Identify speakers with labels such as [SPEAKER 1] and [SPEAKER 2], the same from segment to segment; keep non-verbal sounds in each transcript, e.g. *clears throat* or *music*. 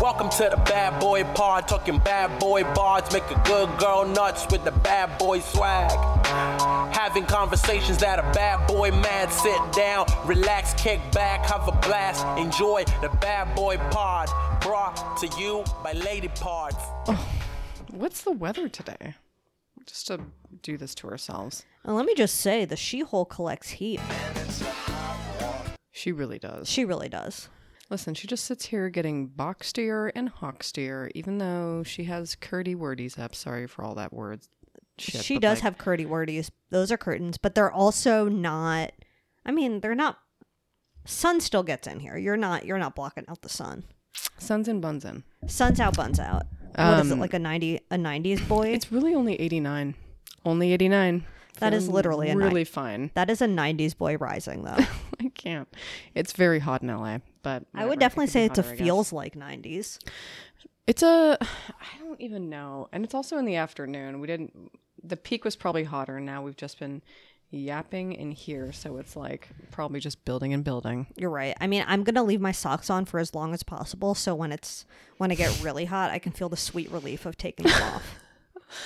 [SPEAKER 1] Welcome to the bad boy pod, talking bad boy bards, make a good girl nuts with the bad boy swag. Having conversations that a bad boy mad, sit down, relax, kick back, have a blast, enjoy the bad boy pod, brought to you by Lady Pods.
[SPEAKER 2] What's the weather today? Just to do this to ourselves.
[SPEAKER 3] And let me just say, the She-Hole collects heat.
[SPEAKER 2] She really does.
[SPEAKER 3] She really does.
[SPEAKER 2] Listen, she just sits here getting boxed ear and hawked ear, even though she has curdy wordies up. Sorry for all that word shit.
[SPEAKER 3] she
[SPEAKER 2] but,
[SPEAKER 3] does
[SPEAKER 2] like,
[SPEAKER 3] have curdy wordies. Those are curtains, but they're also not. I mean, they're not. Sun still gets in here. You're not. You're not blocking out the sun.
[SPEAKER 2] suns and buns in.
[SPEAKER 3] Sun's out, buns out. what is it like a ninety? A nineties boy?
[SPEAKER 2] Um, It's really only 89. Only 89.
[SPEAKER 3] That is
[SPEAKER 2] Feeling
[SPEAKER 3] literally a night.
[SPEAKER 2] really fine. *laughs*
[SPEAKER 3] that is a nineties boy rising though.
[SPEAKER 2] I can't. It's very hot in LA, but
[SPEAKER 3] I
[SPEAKER 2] whatever.
[SPEAKER 3] would
[SPEAKER 2] It
[SPEAKER 3] definitely
[SPEAKER 2] could be
[SPEAKER 3] say it's a
[SPEAKER 2] hotter, I guess.
[SPEAKER 3] feels like nineties.
[SPEAKER 2] It's a *sighs* I don't even know. And it's also in the afternoon. We didn't the peak was probably hotter. Now we've just been yapping in here, so it's like probably just building and building.
[SPEAKER 3] You're right. I mean, I'm gonna leave my socks on for as long as possible, so when it's when I get really hot, I can feel the sweet relief of taking them off.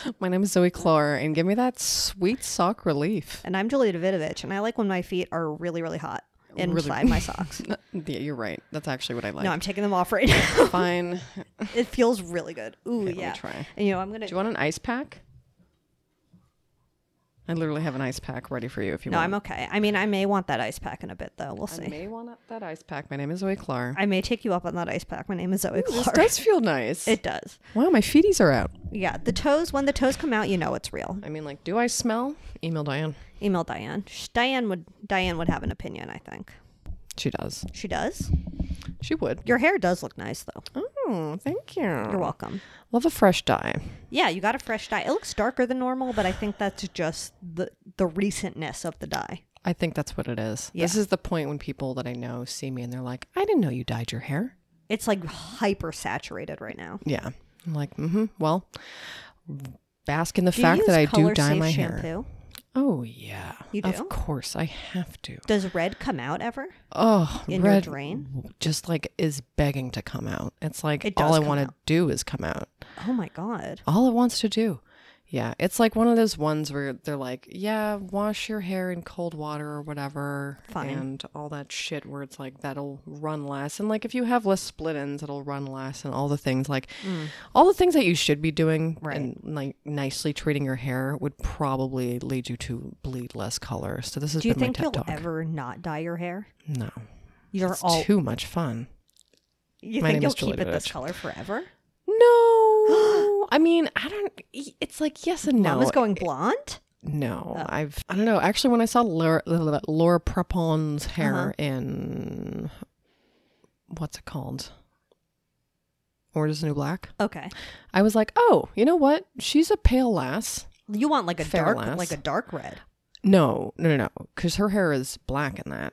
[SPEAKER 2] Oh, My name is Zoe Clore and give me that sweet sock relief.
[SPEAKER 3] And I'm Julia Davidovich, and I like when my feet are really, really hot
[SPEAKER 2] *laughs*
[SPEAKER 3] inside my socks.
[SPEAKER 2] Yeah, you're right. That's actually what I like.
[SPEAKER 3] No, I'm taking them off right now.
[SPEAKER 2] *laughs*
[SPEAKER 3] *laughs*
[SPEAKER 2] Fine.
[SPEAKER 3] it feels really good. Ooh,
[SPEAKER 2] me
[SPEAKER 3] yeah.
[SPEAKER 2] try.
[SPEAKER 3] And, you know, I'm gonna.
[SPEAKER 2] Do you want an ice pack? I literally have an ice pack ready for you if you
[SPEAKER 3] no,
[SPEAKER 2] want.
[SPEAKER 3] I'm okay. I mean, I may want that ice pack in a bit, though. We'll see.
[SPEAKER 2] I may want that ice pack. My name is Zoe Clore.
[SPEAKER 3] I may take you up on that ice pack. My name is Zoe
[SPEAKER 2] This
[SPEAKER 3] Clark.
[SPEAKER 2] does feel nice.
[SPEAKER 3] *laughs* It does.
[SPEAKER 2] wow, my feeties are out.
[SPEAKER 3] Yeah, the toes. When the toes come out, you know it's real.
[SPEAKER 2] I mean, like, do I smell? Email Diane.
[SPEAKER 3] Email Diane. Sh- Diane would. Diane would have an opinion. I think
[SPEAKER 2] She does.
[SPEAKER 3] she does.
[SPEAKER 2] She would.
[SPEAKER 3] Your hair does look nice, though.
[SPEAKER 2] Oh, thank you.
[SPEAKER 3] You're welcome.
[SPEAKER 2] Love a fresh dye.
[SPEAKER 3] Yeah, you got a fresh dye. It looks darker than normal, but I think that's just the the recentness of the dye.
[SPEAKER 2] I think that's what it is. This
[SPEAKER 3] Yeah.
[SPEAKER 2] is the point when people that I know see me and they're like, I didn't know you dyed your hair.
[SPEAKER 3] It's like hyper saturated right now.
[SPEAKER 2] Yeah. I'm like, mm hmm. Well, bask in the
[SPEAKER 3] Do you
[SPEAKER 2] fact
[SPEAKER 3] use
[SPEAKER 2] that I do
[SPEAKER 3] color
[SPEAKER 2] dye
[SPEAKER 3] safe
[SPEAKER 2] my hair.
[SPEAKER 3] shampoo?
[SPEAKER 2] Oh, yeah.
[SPEAKER 3] You do?
[SPEAKER 2] Of course. I have to.
[SPEAKER 3] Does red come out ever
[SPEAKER 2] Oh,
[SPEAKER 3] in
[SPEAKER 2] red
[SPEAKER 3] your drain?
[SPEAKER 2] just like is begging to come out. It's like
[SPEAKER 3] It
[SPEAKER 2] all
[SPEAKER 3] does
[SPEAKER 2] I
[SPEAKER 3] come
[SPEAKER 2] want to
[SPEAKER 3] out.
[SPEAKER 2] do is come out.
[SPEAKER 3] Oh my god.
[SPEAKER 2] all it wants to do. Yeah, it's like one of those ones where they're like, yeah, wash your hair in cold water or whatever,
[SPEAKER 3] Fine.
[SPEAKER 2] and all that shit. Where it's like that'll run less, and like if you have less split ends, it'll run less, and all the things like all the things that you should be doing
[SPEAKER 3] Mm. Right.
[SPEAKER 2] and like nicely treating your hair would probably lead you to bleed less color. So this has
[SPEAKER 3] Do you
[SPEAKER 2] been
[SPEAKER 3] think
[SPEAKER 2] my
[SPEAKER 3] you'll
[SPEAKER 2] TED talk.
[SPEAKER 3] ever not dye your hair?
[SPEAKER 2] no,
[SPEAKER 3] You're
[SPEAKER 2] it's
[SPEAKER 3] all.
[SPEAKER 2] too much fun.
[SPEAKER 3] *laughs* you
[SPEAKER 2] my
[SPEAKER 3] think
[SPEAKER 2] name
[SPEAKER 3] you'll
[SPEAKER 2] is Julie
[SPEAKER 3] keep it this
[SPEAKER 2] Dovich.
[SPEAKER 3] color forever?
[SPEAKER 2] No, *gasps* I mean I don't. It's like yes and no.
[SPEAKER 3] Mama's going blonde.
[SPEAKER 2] No,
[SPEAKER 3] Uh,
[SPEAKER 2] I've I don't know. Actually, when I saw Laura, Laura Prepon's
[SPEAKER 3] Uh-huh.
[SPEAKER 2] hair in what's it called, Orange is the New Black,
[SPEAKER 3] Okay.
[SPEAKER 2] I was like, oh, you know what? She's a pale lass.
[SPEAKER 3] You want like a
[SPEAKER 2] Fair
[SPEAKER 3] dark,
[SPEAKER 2] less.
[SPEAKER 3] like a dark red.
[SPEAKER 2] No, no, no, no, because her hair is black in that.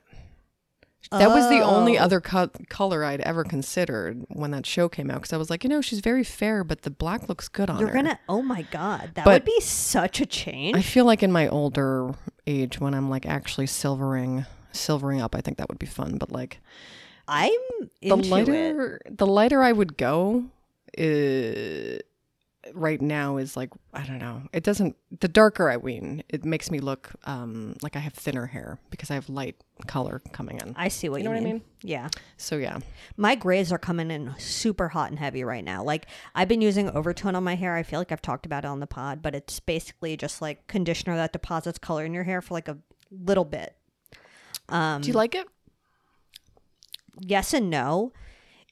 [SPEAKER 2] That was the only
[SPEAKER 3] Oh.
[SPEAKER 2] other co- color I'd ever considered when that show came out. Because I was like, you know, she's very fair, but the black looks good on
[SPEAKER 3] You're
[SPEAKER 2] her.
[SPEAKER 3] gonna. Oh my god, that
[SPEAKER 2] But-
[SPEAKER 3] would be such a change.
[SPEAKER 2] I feel like in my older age, when I'm like actually silvering, silvering up, I think that would be fun. But like
[SPEAKER 3] I'm
[SPEAKER 2] the
[SPEAKER 3] into it.
[SPEAKER 2] lighter, the lighter I would go, uh, right now is like I don't know. It doesn't. The darker I wean, it makes me look um like I have thinner hair because I have light color coming in.
[SPEAKER 3] I see what you,
[SPEAKER 2] know what I
[SPEAKER 3] mean.
[SPEAKER 2] mean?
[SPEAKER 3] Yeah,
[SPEAKER 2] So yeah,
[SPEAKER 3] my grays are coming in super hot and heavy right now. Like I've been using overtone on my hair. I feel like I've talked about it on the pod, but it's basically just like conditioner that deposits color in your hair for like a little bit. Um,
[SPEAKER 2] do you like it?
[SPEAKER 3] yes and no.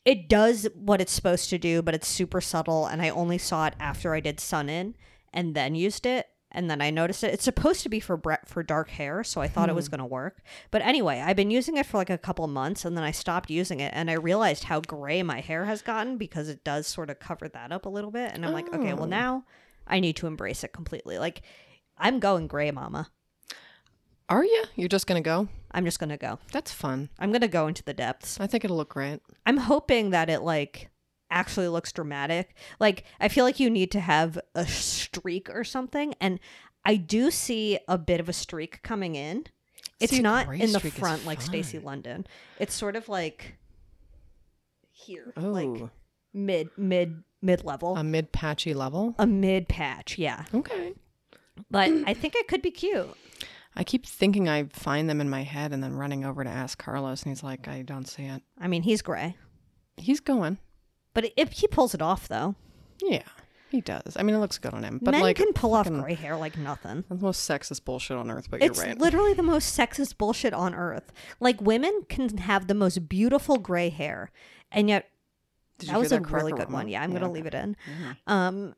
[SPEAKER 3] It does what it's supposed to do, but it's super subtle. And I only saw it after I did sun in and then used it. And then I noticed it. It's supposed to be for bre- for dark hair, so I thought it was going to work. But anyway, I've been using it for like a couple months, and then I stopped using it, and I realized how gray my hair has gotten because it does sort of cover that up a little bit. And I'm like, okay, well now I need to embrace it completely. Like I'm going gray, Mama.
[SPEAKER 2] Are you? You're just gonna go?
[SPEAKER 3] I'm just gonna go.
[SPEAKER 2] That's fun.
[SPEAKER 3] I'm gonna go into the depths.
[SPEAKER 2] I think it'll look great.
[SPEAKER 3] I'm hoping that it like actually looks dramatic. Like I feel like you need to have a streak or something and I do see a bit of a streak coming in. It's
[SPEAKER 2] See, a
[SPEAKER 3] not
[SPEAKER 2] gray
[SPEAKER 3] in the
[SPEAKER 2] streak is
[SPEAKER 3] front like Stacey
[SPEAKER 2] fun.
[SPEAKER 3] London. It's sort of like here,
[SPEAKER 2] Oh, Um,
[SPEAKER 3] like mid mid mid level,
[SPEAKER 2] A mid patchy level.
[SPEAKER 3] a mid patch. Yeah,
[SPEAKER 2] Okay. *clears throat*
[SPEAKER 3] but I think I could be cute.
[SPEAKER 2] I keep thinking I find them in my head and then running over to ask Carlos, and he's like, I don't see it.
[SPEAKER 3] I mean, he's gray,
[SPEAKER 2] He's going.
[SPEAKER 3] but if he pulls it off though,
[SPEAKER 2] Yeah, he does. I mean, it looks good on him. But
[SPEAKER 3] men
[SPEAKER 2] like,
[SPEAKER 3] can pull off
[SPEAKER 2] fucking-
[SPEAKER 3] gray hair like nothing.
[SPEAKER 2] that's the most sexist bullshit on earth, but
[SPEAKER 3] It's
[SPEAKER 2] you're right.
[SPEAKER 3] literally the most sexist bullshit on earth. Like women can have the most beautiful gray hair, and yet
[SPEAKER 2] Did you
[SPEAKER 3] that
[SPEAKER 2] hear
[SPEAKER 3] was a
[SPEAKER 2] cracker
[SPEAKER 3] really good
[SPEAKER 2] rumble?
[SPEAKER 3] one. Yeah, I'm gonna leave it in.
[SPEAKER 2] Mhm.
[SPEAKER 3] Um,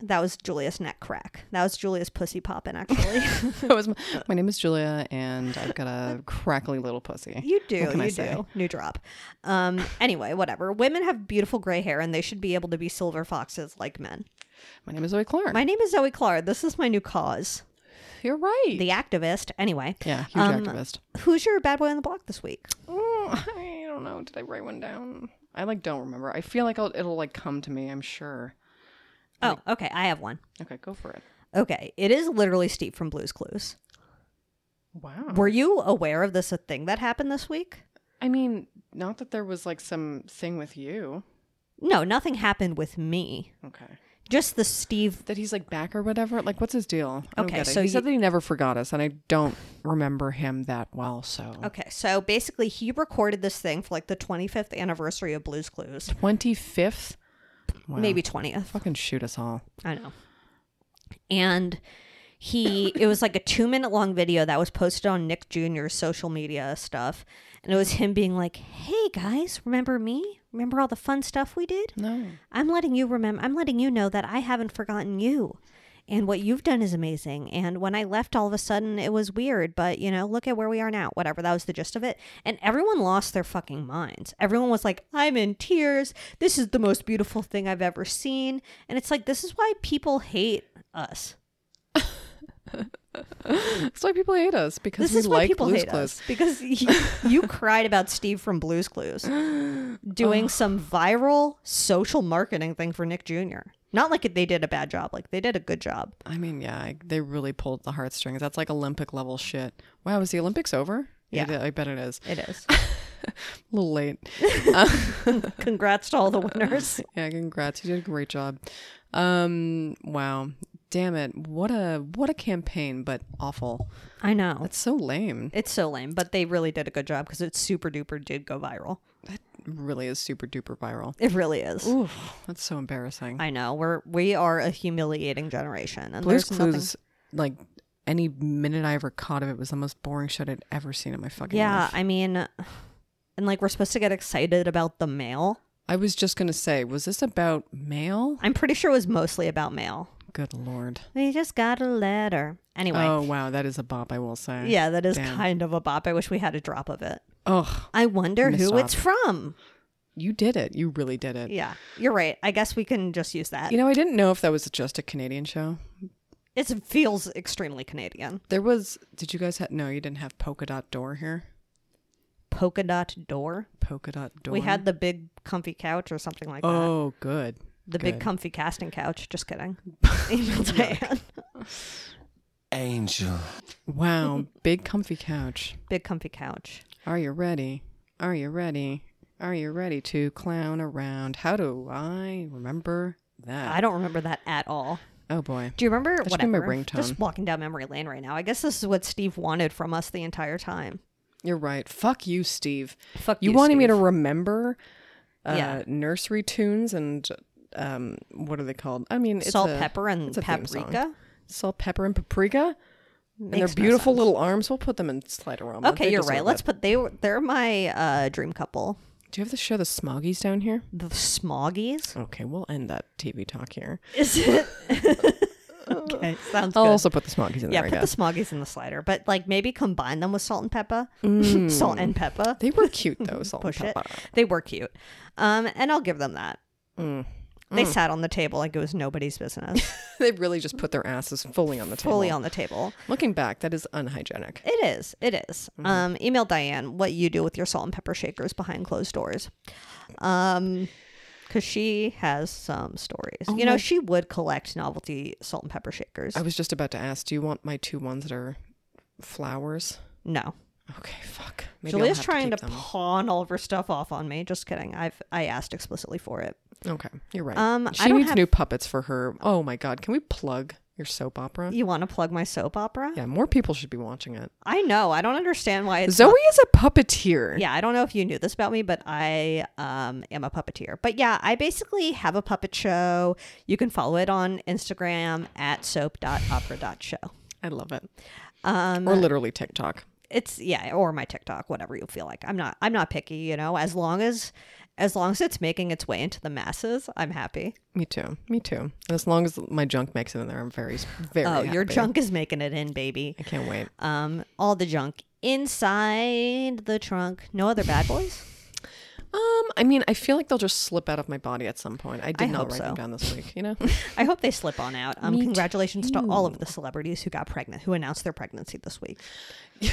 [SPEAKER 3] that was Julia's neck crack. That was Julia's pussy poppin'. Actually,
[SPEAKER 2] *laughs*
[SPEAKER 3] *laughs*
[SPEAKER 2] That was my, my name is Julia, and I've got a crackly little pussy.
[SPEAKER 3] you do,
[SPEAKER 2] What can I
[SPEAKER 3] you
[SPEAKER 2] say?
[SPEAKER 3] do. New drop. Um, anyway, whatever. Women have beautiful gray hair, and they should be able to be silver foxes like men.
[SPEAKER 2] My name is Zoe Clark.
[SPEAKER 3] My name is Zoe Clark. This is my new cause,
[SPEAKER 2] you're right.
[SPEAKER 3] the activist. Anyway,
[SPEAKER 2] yeah, huge
[SPEAKER 3] um,
[SPEAKER 2] activist.
[SPEAKER 3] who's your bad boy on the block this week?
[SPEAKER 2] Oh, *laughs* I don't know. Did I write one down? I like don't remember. I feel like I'll, it'll like come to me. I'm sure.
[SPEAKER 3] Oh, okay, I have one.
[SPEAKER 2] Okay, go for it.
[SPEAKER 3] Okay, it is literally Steve from Blue's Clues.
[SPEAKER 2] Wow.
[SPEAKER 3] Were you aware of this a thing that happened this week?
[SPEAKER 2] I mean, not that there was like some thing with you.
[SPEAKER 3] No, nothing happened with me.
[SPEAKER 2] Okay.
[SPEAKER 3] Just the Steve.
[SPEAKER 2] That he's like back or whatever. Like, what's his deal? I don't
[SPEAKER 3] Okay,
[SPEAKER 2] get it.
[SPEAKER 3] so
[SPEAKER 2] he said
[SPEAKER 3] you-
[SPEAKER 2] that he never forgot us, and I don't remember him that well. So
[SPEAKER 3] Oh. Okay, so basically, he recorded this thing for like the 25th anniversary of Blue's Clues,
[SPEAKER 2] twenty fifth. Wow.
[SPEAKER 3] maybe 20th.
[SPEAKER 2] fucking shoot us all.
[SPEAKER 3] I know. And he, *laughs* it was like a two minute long video that was posted on Nick Jr.'s social media stuff. And it was him being like, hey guys, remember me? Remember all the fun stuff we did?
[SPEAKER 2] No.
[SPEAKER 3] I'm letting you remember, I'm letting you know that I haven't forgotten you. And what you've done is amazing. And when I left, all of a sudden, it was weird. But, you know, look at where we are now. Whatever. That was the gist of it. And everyone lost their fucking minds. Everyone was like, I'm in tears. This is the most beautiful thing I've ever seen. And it's like, this is why people hate us.
[SPEAKER 2] That's why people hate us because
[SPEAKER 3] This
[SPEAKER 2] we
[SPEAKER 3] is why
[SPEAKER 2] like
[SPEAKER 3] people
[SPEAKER 2] Blue's
[SPEAKER 3] hate
[SPEAKER 2] Clues.
[SPEAKER 3] us. Because you, *laughs* you cried about Steve from Blues Clues doing some viral social marketing thing for Nick Jr. Not like they did a bad job, like they did a good job.
[SPEAKER 2] I mean, yeah, I, they really pulled the heartstrings. That's like Olympic level shit. Wow, is the Olympics over?
[SPEAKER 3] Yeah.
[SPEAKER 2] It- I bet it is.
[SPEAKER 3] It is.
[SPEAKER 2] A little late.
[SPEAKER 3] *laughs* Congrats to all the winners.
[SPEAKER 2] Yeah, congrats. You did a great job. Um, wow. Damn it. What a what a campaign, but awful.
[SPEAKER 3] *laughs* I know.
[SPEAKER 2] That's so lame.
[SPEAKER 3] It's so lame, but they really did a good job because it super duper did go viral.
[SPEAKER 2] It really is super duper viral.
[SPEAKER 3] It really is.
[SPEAKER 2] Oof, that's so embarrassing.
[SPEAKER 3] I know. We're we are a humiliating generation. And
[SPEAKER 2] Blue's
[SPEAKER 3] there's nothing-
[SPEAKER 2] Clues, like any minute I ever caught of it was the most boring shit I'd ever seen in my fucking
[SPEAKER 3] Yeah,
[SPEAKER 2] life.
[SPEAKER 3] I mean and like we're supposed to get excited about the mail.
[SPEAKER 2] I was just gonna say, was this about mail?
[SPEAKER 3] I'm pretty sure it was mostly about mail.
[SPEAKER 2] Good lord.
[SPEAKER 3] We just got a letter. Anyway.
[SPEAKER 2] Oh wow, that is a bop, I will say.
[SPEAKER 3] yeah, that is
[SPEAKER 2] Damn.
[SPEAKER 3] kind of a bop. I wish we had a drop of it.
[SPEAKER 2] Oh,
[SPEAKER 3] I wonder who
[SPEAKER 2] Missed
[SPEAKER 3] it's from.
[SPEAKER 2] you did it. You really did it.
[SPEAKER 3] Yeah, you're right. I guess we can just use that.
[SPEAKER 2] You know, I didn't know if that was just a Canadian show.
[SPEAKER 3] it feels extremely Canadian.
[SPEAKER 2] There was. Did you guys have? No, you didn't have polka dot door here.
[SPEAKER 3] polka dot door.
[SPEAKER 2] Polka dot door.
[SPEAKER 3] We had the big comfy couch or something like that.
[SPEAKER 2] Oh, good.
[SPEAKER 3] The big
[SPEAKER 2] good.
[SPEAKER 3] comfy casting couch.
[SPEAKER 2] *laughs*
[SPEAKER 3] Just kidding. Email Diane.
[SPEAKER 1] Angel.
[SPEAKER 3] *laughs*
[SPEAKER 2] Wow, big comfy couch.
[SPEAKER 3] big comfy couch.
[SPEAKER 2] Are you ready? Are you ready? Are you ready to clown around? How do I remember that?
[SPEAKER 3] I don't remember that at all.
[SPEAKER 2] oh boy.
[SPEAKER 3] Do you remember
[SPEAKER 2] Oh. That should be
[SPEAKER 3] whatever?
[SPEAKER 2] my
[SPEAKER 3] Just
[SPEAKER 2] ringtone.
[SPEAKER 3] walking down memory lane right now. I guess this is what Steve wanted from us the entire time.
[SPEAKER 2] You're right. Fuck you, Steve.
[SPEAKER 3] Fuck
[SPEAKER 2] You,
[SPEAKER 3] you,
[SPEAKER 2] wanted me to
[SPEAKER 3] Steve.
[SPEAKER 2] remember uh,
[SPEAKER 3] Yeah.
[SPEAKER 2] nursery tunes and um, what are they called? I mean, it's
[SPEAKER 3] Salt,
[SPEAKER 2] a-
[SPEAKER 3] pepper, and
[SPEAKER 2] it's a theme song.
[SPEAKER 3] paprika.
[SPEAKER 2] Salt, pepper, and paprika. and
[SPEAKER 3] Makes
[SPEAKER 2] their
[SPEAKER 3] no
[SPEAKER 2] beautiful
[SPEAKER 3] sense.
[SPEAKER 2] little arms. We'll put them in Sliderama.
[SPEAKER 3] Okay,
[SPEAKER 2] They
[SPEAKER 3] you're
[SPEAKER 2] deserve
[SPEAKER 3] right. Let's
[SPEAKER 2] it.
[SPEAKER 3] put they were they're my uh, dream couple.
[SPEAKER 2] Do you have the show The Smoggies down here?
[SPEAKER 3] The Smoggies.
[SPEAKER 2] Okay, we'll end that TV talk here.
[SPEAKER 3] Is *laughs* it? *laughs* okay, sounds
[SPEAKER 2] I'll
[SPEAKER 3] good.
[SPEAKER 2] also put the Smoggies in
[SPEAKER 3] Oh. Yeah,
[SPEAKER 2] there. I
[SPEAKER 3] put the
[SPEAKER 2] guess
[SPEAKER 3] smoggies in the slider, but like maybe combine them with salt and pepper. *laughs* salt and pepper.
[SPEAKER 2] Mm. they were cute
[SPEAKER 3] *laughs*
[SPEAKER 2] though. Salt
[SPEAKER 3] Push
[SPEAKER 2] and
[SPEAKER 3] it.
[SPEAKER 2] pepper.
[SPEAKER 3] They were cute. Um, and I'll give them that.
[SPEAKER 2] Mm.
[SPEAKER 3] They sat on the table like it was nobody's business.
[SPEAKER 2] *laughs* They really just put their asses fully on the table.
[SPEAKER 3] Fully on the table.
[SPEAKER 2] Looking back, that is unhygienic.
[SPEAKER 3] It is. It is.
[SPEAKER 2] Mm-hmm.
[SPEAKER 3] Um, email Diane what you do with your salt and pepper shakers behind closed doors. Um, because she has some stories. you know, she would collect novelty salt and pepper shakers.
[SPEAKER 2] Oh I was just about to ask, do you want my two ones that are flowers?
[SPEAKER 3] no.
[SPEAKER 2] Okay, fuck. Maybe I'll
[SPEAKER 3] Julia's
[SPEAKER 2] have
[SPEAKER 3] trying to,
[SPEAKER 2] keep them.
[SPEAKER 3] pawn all of her stuff off on me. Just kidding. I've I asked explicitly for it.
[SPEAKER 2] Okay, you're right.
[SPEAKER 3] Um, I
[SPEAKER 2] she
[SPEAKER 3] don't
[SPEAKER 2] needs
[SPEAKER 3] have-
[SPEAKER 2] new puppets for her. Oh my god, can we plug your soap opera?
[SPEAKER 3] You want to plug my soap opera?
[SPEAKER 2] Uh-huh. Yeah, more people should be watching it.
[SPEAKER 3] I know. I don't understand why it's
[SPEAKER 2] Zoe is a puppeteer.
[SPEAKER 3] Yeah, I don't know if you knew this about me, but I um, am a puppeteer. But yeah, I basically have a puppet show. You can follow it on Instagram at soap.opera.show.
[SPEAKER 2] I love it.
[SPEAKER 3] Um,
[SPEAKER 2] Or literally TikTok.
[SPEAKER 3] it's yeah, or my TikTok, whatever you feel like. I'm not I'm not picky, you know, as long as as long as it's making its way into the masses, I'm happy.
[SPEAKER 2] Me too. Me too. And as long as my junk makes it in there, I'm very, very.
[SPEAKER 3] oh, your
[SPEAKER 2] happy.
[SPEAKER 3] junk is making it in, baby.
[SPEAKER 2] I can't wait.
[SPEAKER 3] Um, all the junk inside the trunk. No other bad boys.
[SPEAKER 2] Um, I mean, I feel like they'll just slip out of my body at some point. I did
[SPEAKER 3] I
[SPEAKER 2] not
[SPEAKER 3] hope
[SPEAKER 2] write
[SPEAKER 3] so.
[SPEAKER 2] them down this week. *laughs* You know.
[SPEAKER 3] I hope they slip on out. Um,
[SPEAKER 2] Me
[SPEAKER 3] congratulations to all of the celebrities who got pregnant, who announced their pregnancy this week. *laughs*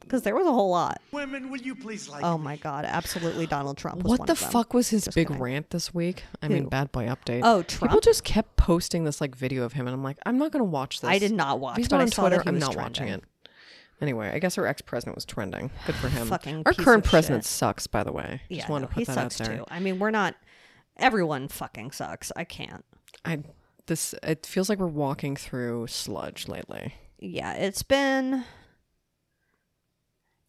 [SPEAKER 3] Because there was a whole lot.
[SPEAKER 4] Women, will you please like
[SPEAKER 3] Oh my God, absolutely. Donald Trump was
[SPEAKER 2] what
[SPEAKER 3] one
[SPEAKER 2] the
[SPEAKER 3] of them.
[SPEAKER 2] fuck was his big
[SPEAKER 3] kidding.
[SPEAKER 2] rant this week? I mean, bad boy update.
[SPEAKER 3] Oh,
[SPEAKER 2] People
[SPEAKER 3] Trump?
[SPEAKER 2] just kept posting this like video of him, and I'm like, I'm not gonna watch this.
[SPEAKER 3] I did not watch,
[SPEAKER 2] He's
[SPEAKER 3] but
[SPEAKER 2] not
[SPEAKER 3] I
[SPEAKER 2] on
[SPEAKER 3] saw
[SPEAKER 2] Twitter.
[SPEAKER 3] that he
[SPEAKER 2] I'm
[SPEAKER 3] was
[SPEAKER 2] not watching it.
[SPEAKER 3] trending.
[SPEAKER 2] Anyway, I guess our ex president was trending. Good for him.
[SPEAKER 3] Fucking
[SPEAKER 2] our
[SPEAKER 3] piece
[SPEAKER 2] current
[SPEAKER 3] of
[SPEAKER 2] president
[SPEAKER 3] shit.
[SPEAKER 2] sucks, by the way. Just
[SPEAKER 3] Yeah,
[SPEAKER 2] wanted
[SPEAKER 3] no,
[SPEAKER 2] to put
[SPEAKER 3] he
[SPEAKER 2] that
[SPEAKER 3] sucks
[SPEAKER 2] out there.
[SPEAKER 3] too. I mean, we're not. Everyone fucking sucks. I can't.
[SPEAKER 2] I this it feels like we're walking through sludge lately.
[SPEAKER 3] yeah, it's been.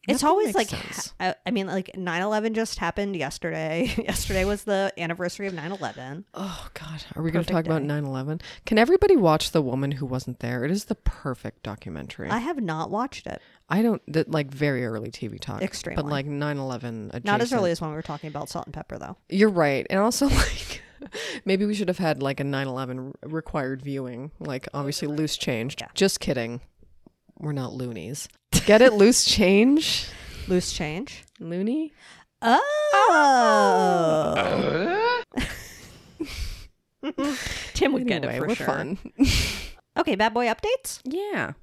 [SPEAKER 3] It's
[SPEAKER 2] Nothing
[SPEAKER 3] always like,
[SPEAKER 2] makes sense.
[SPEAKER 3] ha- I, I mean, like 9 11 just happened yesterday. *laughs* yesterday was the anniversary of 9 11.
[SPEAKER 2] Oh God, are we going to
[SPEAKER 3] Perfect
[SPEAKER 2] talk about
[SPEAKER 3] day.
[SPEAKER 2] 9/11? Can everybody watch the woman who wasn't there? It is the perfect documentary.
[SPEAKER 3] I have not watched it.
[SPEAKER 2] I don't that like very early TV talk,
[SPEAKER 3] Extremely.
[SPEAKER 2] but like 9/11. Adjacent.
[SPEAKER 3] Not as early as when we were talking about salt and pepper, though.
[SPEAKER 2] You're right, and also *laughs* like maybe we should have had like a 9/11 re- required viewing. Like obviously loose change. Just kidding, we're not loonies. *laughs* Get it? loose change,
[SPEAKER 3] Loose change.
[SPEAKER 2] loony.
[SPEAKER 3] Oh. Tim would get
[SPEAKER 2] Anyway,
[SPEAKER 3] it for
[SPEAKER 2] we're
[SPEAKER 3] sure.
[SPEAKER 2] fun.
[SPEAKER 3] Okay, bad boy updates.
[SPEAKER 2] Yeah,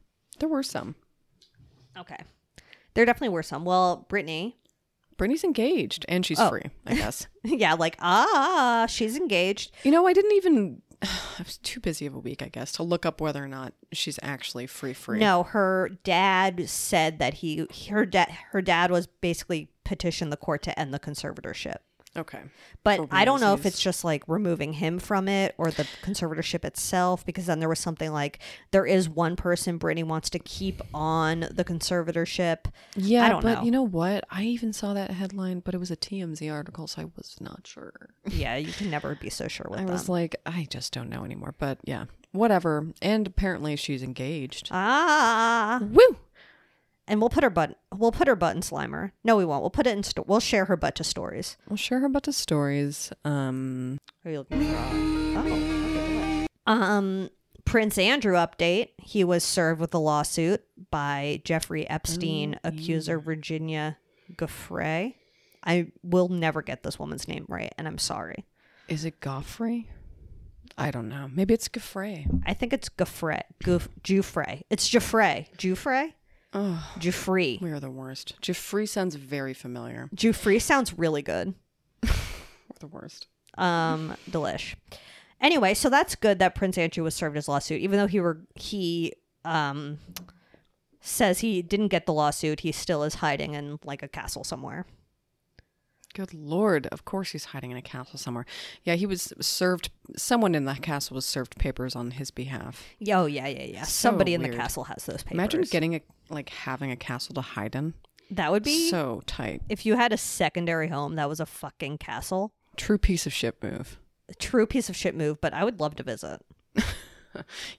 [SPEAKER 2] there were some.
[SPEAKER 3] Okay, there definitely were some. Well, Brittany,
[SPEAKER 2] Brittany's engaged and she's
[SPEAKER 3] Oh.
[SPEAKER 2] free, I guess.
[SPEAKER 3] *laughs* yeah, like ah, she's engaged.
[SPEAKER 2] you know, I didn't even. *sighs* I was too busy of a week, I guess, to look up whether or not she's actually free. Free.
[SPEAKER 3] No, her dad said that he her dad her dad was basically petitioned the court to end the conservatorship.
[SPEAKER 2] Okay.
[SPEAKER 3] But
[SPEAKER 2] For
[SPEAKER 3] I don't know if
[SPEAKER 2] reasons.
[SPEAKER 3] it's just like removing him from it or the conservatorship itself, because then there was something like there is one person Brittany wants to keep on the conservatorship.
[SPEAKER 2] Yeah,
[SPEAKER 3] I don't
[SPEAKER 2] but
[SPEAKER 3] know.
[SPEAKER 2] you know what? I even saw that headline, but it was a TMZ article, so I was not sure.
[SPEAKER 3] Yeah, you can never be so sure with
[SPEAKER 2] I
[SPEAKER 3] them.
[SPEAKER 2] was like, I just don't know anymore. But yeah, whatever. And apparently she's
[SPEAKER 3] Uh,
[SPEAKER 2] engaged.
[SPEAKER 3] ah,
[SPEAKER 2] Woo!
[SPEAKER 3] and we'll put her butt. We'll put her butt in Slimer. No, we won't. We'll put it in. Sto- we'll share her butt to stories.
[SPEAKER 2] We'll share her about the stories. Um,
[SPEAKER 3] Are you looking for? a- Oh, okay, delicious. um, Prince Andrew update. He was served with a lawsuit by Jeffrey Epstein accuser Virginia Giuffre. I will never get this woman's name right, and I'm sorry.
[SPEAKER 2] is it Goffrey? I don't know. Maybe it's Gaffrey.
[SPEAKER 3] I think it's Giuffre. Guf- Giuffre. It's Giuffre. Giuffre.
[SPEAKER 2] Oh,
[SPEAKER 3] Giuffre.
[SPEAKER 2] we are the worst. Jeffrey sounds very familiar.
[SPEAKER 3] Giuffre sounds really good.
[SPEAKER 2] We're the worst.
[SPEAKER 3] um delish anyway so that's good that prince andrew was served his lawsuit even though he were he um says he didn't get the lawsuit he still is hiding in like a castle somewhere
[SPEAKER 2] Good lord! Of course, he's hiding in a castle somewhere. Yeah, he was served. Someone in that castle was served papers on his behalf.
[SPEAKER 3] Yeah, oh yeah yeah yeah
[SPEAKER 2] So
[SPEAKER 3] somebody in
[SPEAKER 2] weird.
[SPEAKER 3] the castle has those papers
[SPEAKER 2] Imagine getting a like having a castle to hide in.
[SPEAKER 3] that would be
[SPEAKER 2] So tight.
[SPEAKER 3] if you had a secondary home that was a fucking castle
[SPEAKER 2] True piece of shit move.
[SPEAKER 3] a true piece of shit move but i would love to visit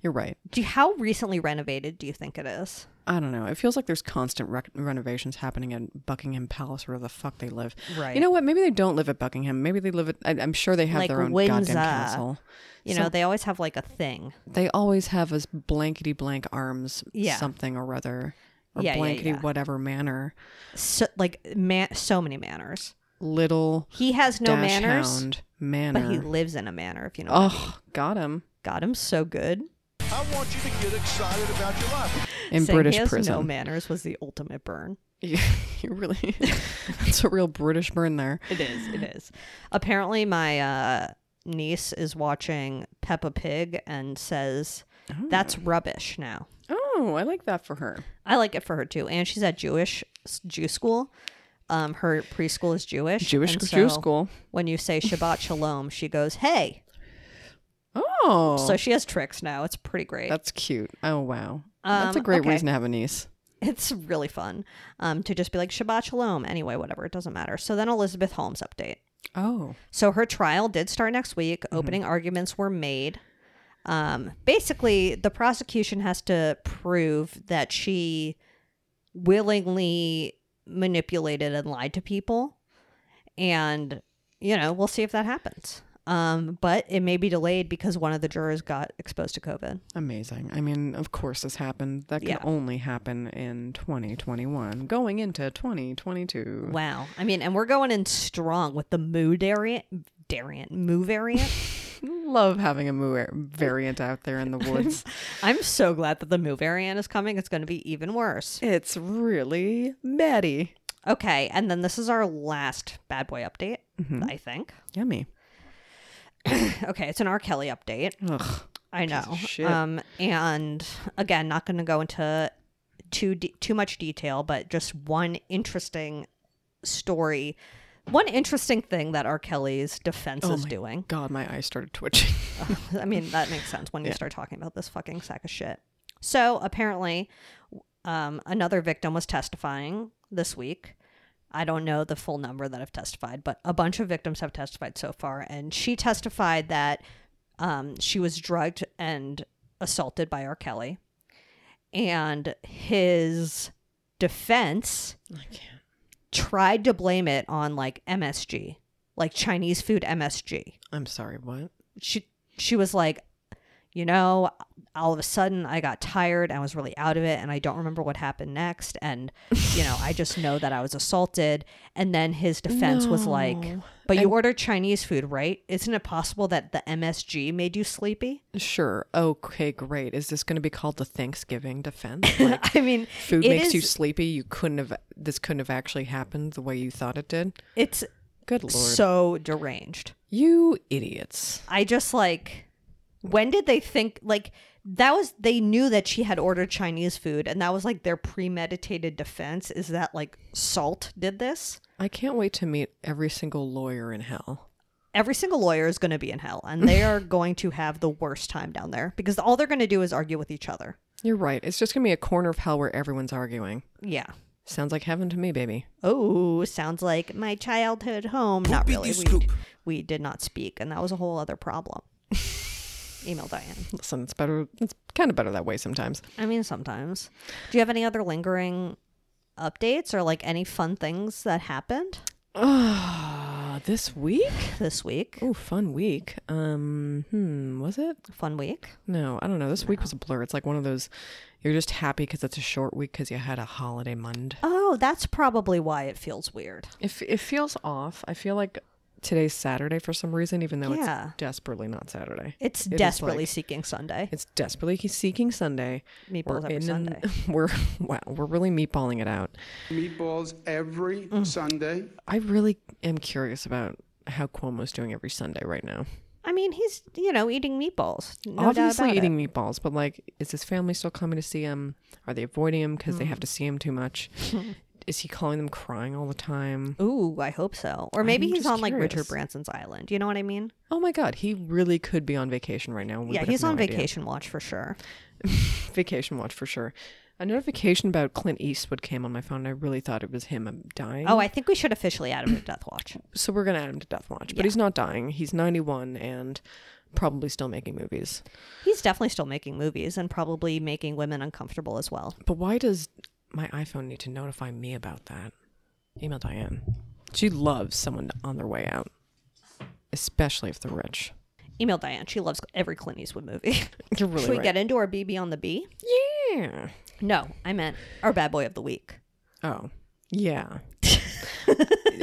[SPEAKER 2] You're right.
[SPEAKER 3] do you, how recently renovated do you think it is
[SPEAKER 2] I don't know. It feels like there's constant rec- renovations happening at Buckingham Palace, where the fuck they live.
[SPEAKER 3] Right.
[SPEAKER 2] You know what? Maybe they don't live at Buckingham. Maybe they live at. I, I'm sure they have
[SPEAKER 3] Like
[SPEAKER 2] their own
[SPEAKER 3] Windsor.
[SPEAKER 2] goddamn castle.
[SPEAKER 3] you
[SPEAKER 2] So-
[SPEAKER 3] know they always have like a thing
[SPEAKER 2] They always have us blankety blank arms,
[SPEAKER 3] Yeah.
[SPEAKER 2] something or other, or
[SPEAKER 3] Yeah, yeah,
[SPEAKER 2] blankety
[SPEAKER 3] yeah.
[SPEAKER 2] whatever manner.
[SPEAKER 3] so, like man so many manners
[SPEAKER 2] Little
[SPEAKER 3] he has no
[SPEAKER 2] dash
[SPEAKER 3] manners
[SPEAKER 2] hound manor.
[SPEAKER 3] But he lives in a manor, if you know. what I mean.
[SPEAKER 2] oh, got him
[SPEAKER 3] God, I'm so good.
[SPEAKER 4] it? I want you to get excited about your life.
[SPEAKER 2] in
[SPEAKER 3] Saying
[SPEAKER 2] British
[SPEAKER 3] he has
[SPEAKER 2] prison.
[SPEAKER 3] No
[SPEAKER 2] *laughs*
[SPEAKER 3] manners was the ultimate burn.
[SPEAKER 2] Yeah, you
[SPEAKER 3] *laughs*
[SPEAKER 2] really that's a real British burn there.
[SPEAKER 3] It is. It is. Apparently, my uh, niece is watching Peppa Pig and says that's rubbish now.
[SPEAKER 2] Oh, I like that for her.
[SPEAKER 3] I like it for her too, and she's at Jewish Jew school. um, her preschool is Jewish.
[SPEAKER 2] Jewish
[SPEAKER 3] and
[SPEAKER 2] Jew
[SPEAKER 3] so
[SPEAKER 2] school.
[SPEAKER 3] When you say Shabbat Shalom, she goes, "Hey."
[SPEAKER 2] Oh,
[SPEAKER 3] So she has tricks now. It's pretty great.
[SPEAKER 2] that's cute. Oh wow, that's a
[SPEAKER 3] Um,
[SPEAKER 2] great
[SPEAKER 3] okay.
[SPEAKER 2] reason to have a niece.
[SPEAKER 3] It's really fun um, to just be like Shabbat Shalom. Anyway, whatever. It doesn't matter. So then Elizabeth Holmes update.
[SPEAKER 2] Oh,
[SPEAKER 3] So her trial did start next week. Opening arguments were made. Um, basically, the prosecution has to prove that she willingly manipulated and lied to people. And, you know, we'll see if that happens. Um, but it may be delayed because one of the jurors got exposed to COVID.
[SPEAKER 2] amazing. I mean, of course this happened. That can
[SPEAKER 3] Yeah.
[SPEAKER 2] only happen in 2021, going into 2022.
[SPEAKER 3] Wow. I mean, and we're going in strong with the moo variant, variant, moo variant.
[SPEAKER 2] Love having a moo variant out there
[SPEAKER 3] *laughs*
[SPEAKER 2] in the woods.
[SPEAKER 3] I'm so glad that the moo variant is coming. It's going to be even worse.
[SPEAKER 2] it's really Maddie.
[SPEAKER 3] Okay, and then this is our last bad boy update,
[SPEAKER 2] Mm-hmm.
[SPEAKER 3] I think.
[SPEAKER 2] Yummy.
[SPEAKER 3] Okay, it's an R. Kelly update.
[SPEAKER 2] Ugh.
[SPEAKER 3] I know.
[SPEAKER 2] shit.
[SPEAKER 3] Um, and again, not going to go into too de- too much detail, but just one interesting story, one interesting thing that R. Kelly's defense is doing.
[SPEAKER 2] God, Oh my eyes started twitching. *laughs*
[SPEAKER 3] *laughs* I mean, that makes sense when you start talking about this fucking sack of shit. So apparently, um, another victim was testifying this week. I don't know the full number that have testified, but a bunch of victims have testified so far. And she testified that um, she was drugged and assaulted by R. Kelly. And his defense
[SPEAKER 2] I can't.
[SPEAKER 3] tried to blame it on like MSG, like Chinese food MSG
[SPEAKER 2] I'm sorry. What?
[SPEAKER 3] she she was like you know all of a sudden i got tired and was really out of it and i don't remember what happened next and you know i just know that i was assaulted and then his defense was like
[SPEAKER 2] No.
[SPEAKER 3] but you ordered chinese food right isn't it possible that the msg made you sleepy *laughs*
[SPEAKER 2] Sure. Okay. Great. Is this going to be called the Thanksgiving defense? *laughs* Like,
[SPEAKER 3] i mean
[SPEAKER 2] food
[SPEAKER 3] it
[SPEAKER 2] makes you
[SPEAKER 3] is-
[SPEAKER 2] sleepy. You couldn't have. This couldn't have actually happened the way you thought it did.
[SPEAKER 3] it's
[SPEAKER 2] Good lord.
[SPEAKER 3] so deranged
[SPEAKER 2] you idiots.
[SPEAKER 3] I just like when did they think like that was they knew that she had ordered Chinese food and that was like their premeditated defense is that like salt did this?
[SPEAKER 2] I can't wait to meet every single lawyer in hell.
[SPEAKER 3] Every single lawyer is going to be in hell and they are going to have the worst time down there because all they're going to do is argue with each other.
[SPEAKER 2] You're right. It's just going to be a corner of hell where everyone's arguing.
[SPEAKER 3] Yeah.
[SPEAKER 2] Sounds like heaven to me, baby.
[SPEAKER 3] Oh, sounds like my childhood home. Not really. We, we did not speak and that was a whole other problem. *laughs* Email Diane.
[SPEAKER 2] Listen, it's better. It's kind of better that way sometimes. *sighs*
[SPEAKER 3] I mean, sometimes. Do you have any other lingering updates or like any fun things that happened
[SPEAKER 2] Ah, this week.
[SPEAKER 3] this week?
[SPEAKER 2] Oh, fun week. Um, hmm, was it?
[SPEAKER 3] Fun week.
[SPEAKER 2] No, I don't know. This week was a blur. It's like one of those you're just happy because it's a short week because you had a holiday Monday.
[SPEAKER 3] Oh, that's probably why it feels weird.
[SPEAKER 2] If it feels off, I feel like today's Saturday for some reason, even though
[SPEAKER 3] Yeah.
[SPEAKER 2] it's desperately not Saturday.
[SPEAKER 3] It's
[SPEAKER 2] It is
[SPEAKER 3] desperately
[SPEAKER 2] like-
[SPEAKER 3] seeking Sunday.
[SPEAKER 2] It's desperately seeking Sunday.
[SPEAKER 3] Meatballs
[SPEAKER 2] We're in
[SPEAKER 3] every
[SPEAKER 2] an-
[SPEAKER 3] Sunday.
[SPEAKER 2] *laughs* we're wow, we're really meatballing it out.
[SPEAKER 5] meatballs every
[SPEAKER 6] Mm.
[SPEAKER 5] Sunday.
[SPEAKER 2] I really am curious about how Cuomo's doing every Sunday right now.
[SPEAKER 3] I mean, he's you know eating meatballs. No
[SPEAKER 2] Obviously
[SPEAKER 3] doubt about
[SPEAKER 2] eating meatballs, but like, is his family still coming to see him? Are they avoiding him because they have to
[SPEAKER 3] Mm.
[SPEAKER 2] see him too
[SPEAKER 3] *laughs*
[SPEAKER 2] much? is he calling them crying all the time?
[SPEAKER 3] It. Ooh, I hope so. Or maybe
[SPEAKER 2] I'm
[SPEAKER 3] he's
[SPEAKER 2] just
[SPEAKER 3] on like Richard
[SPEAKER 2] curious.
[SPEAKER 3] Branson's island. You know what I mean?
[SPEAKER 2] Oh my god, he really could be on vacation right now. and we
[SPEAKER 3] yeah,
[SPEAKER 2] would have
[SPEAKER 3] he's on
[SPEAKER 2] no idea.
[SPEAKER 3] vacation watch for sure.
[SPEAKER 2] Vacation watch for sure. A notification about Clint Eastwood came on my phone. and I really thought it was him um, dying.
[SPEAKER 3] Oh, I think we should officially add him to death watch.
[SPEAKER 2] so we're gonna add him to Death Watch, but he's not dying. He's ninety one and probably still making movies.
[SPEAKER 3] He's definitely still making movies and probably making women uncomfortable as well.
[SPEAKER 2] But why does my iPhone need to notify me about that? Email Diane. She loves someone on their way out, especially if they're rich.
[SPEAKER 3] Email Diane. She loves every Clint Eastwood
[SPEAKER 2] *laughs*
[SPEAKER 3] movie.
[SPEAKER 2] You're really
[SPEAKER 3] Should we
[SPEAKER 2] right.
[SPEAKER 3] get into our BB on the B?
[SPEAKER 2] yeah.
[SPEAKER 3] No, I meant our bad boy of the week.
[SPEAKER 2] Oh, yeah. *laughs*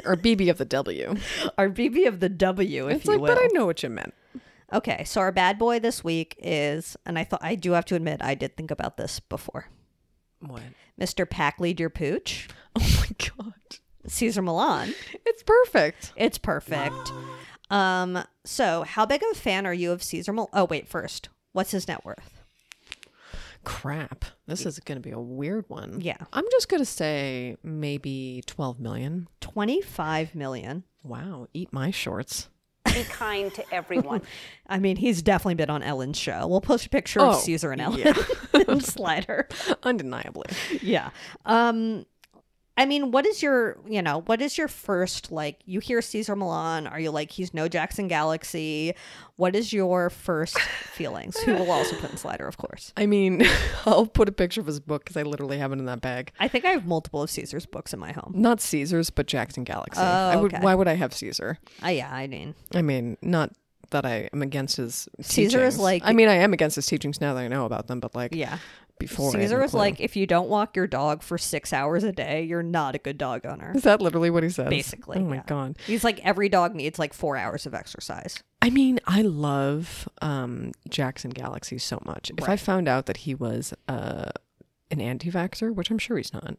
[SPEAKER 2] or BB of the W.
[SPEAKER 3] *laughs* Our BB of the W, if
[SPEAKER 2] It's
[SPEAKER 3] you
[SPEAKER 2] like,
[SPEAKER 3] will.
[SPEAKER 2] but I know what you meant.
[SPEAKER 3] Okay, so our bad boy this week is, and I thought I do have to admit I did think about this before.
[SPEAKER 2] What?
[SPEAKER 3] Mr. Packley Dear Pooch,
[SPEAKER 2] Oh my god.
[SPEAKER 3] Caesar Milan.
[SPEAKER 2] It's perfect. *gasps*
[SPEAKER 3] It's perfect. Um, so how big of a fan are you of Caesar Milan? Oh wait, first, what's his net worth?
[SPEAKER 2] crap. This is going to be a weird one.
[SPEAKER 3] Yeah.
[SPEAKER 2] I'm just going to say maybe 12 million.
[SPEAKER 3] 25 million.
[SPEAKER 2] Wow. Eat my shorts. *laughs*
[SPEAKER 7] Be kind to everyone.
[SPEAKER 3] I mean, he's definitely been on Ellen's show. We'll post a picture
[SPEAKER 2] Oh,
[SPEAKER 3] of Caesar and Ellen *laughs* and Slider.
[SPEAKER 2] Undeniably.
[SPEAKER 3] Yeah. Um I mean, what is your, you know, what is your first like you hear Caesar Milan, are you like he's no Jackson Galaxy? What is your first feelings? Who will also put in Slider, of course.
[SPEAKER 2] I mean, *laughs* I'll put a picture of his book because I literally have it in that bag.
[SPEAKER 3] I think I have multiple of Caesar's books in my home.
[SPEAKER 2] Not Caesar's, but Jackson Galaxy. I would,
[SPEAKER 3] Oh, okay.
[SPEAKER 2] Why would I have Caesar?
[SPEAKER 3] Uh, yeah, I mean,
[SPEAKER 2] I mean, not that I am against his
[SPEAKER 3] Caesar is
[SPEAKER 2] teachings.
[SPEAKER 3] like-
[SPEAKER 2] I mean, I am against his teachings now that I know about them, but like
[SPEAKER 3] yeah.
[SPEAKER 2] before. I
[SPEAKER 3] Caesar
[SPEAKER 2] had no
[SPEAKER 3] is
[SPEAKER 2] clue.
[SPEAKER 3] like, if you don't walk your dog for six hours a day, you're not a good
[SPEAKER 2] *laughs*
[SPEAKER 3] dog owner.
[SPEAKER 2] *laughs* Is that literally what he says?
[SPEAKER 3] Basically.
[SPEAKER 2] Oh my
[SPEAKER 3] yeah.
[SPEAKER 2] God.
[SPEAKER 3] He's like, every dog needs like four hours of exercise.
[SPEAKER 2] I mean, I love um, Jackson Galaxy so much. If I found out that he was uh, an anti-vaxxer, which I'm sure he's not,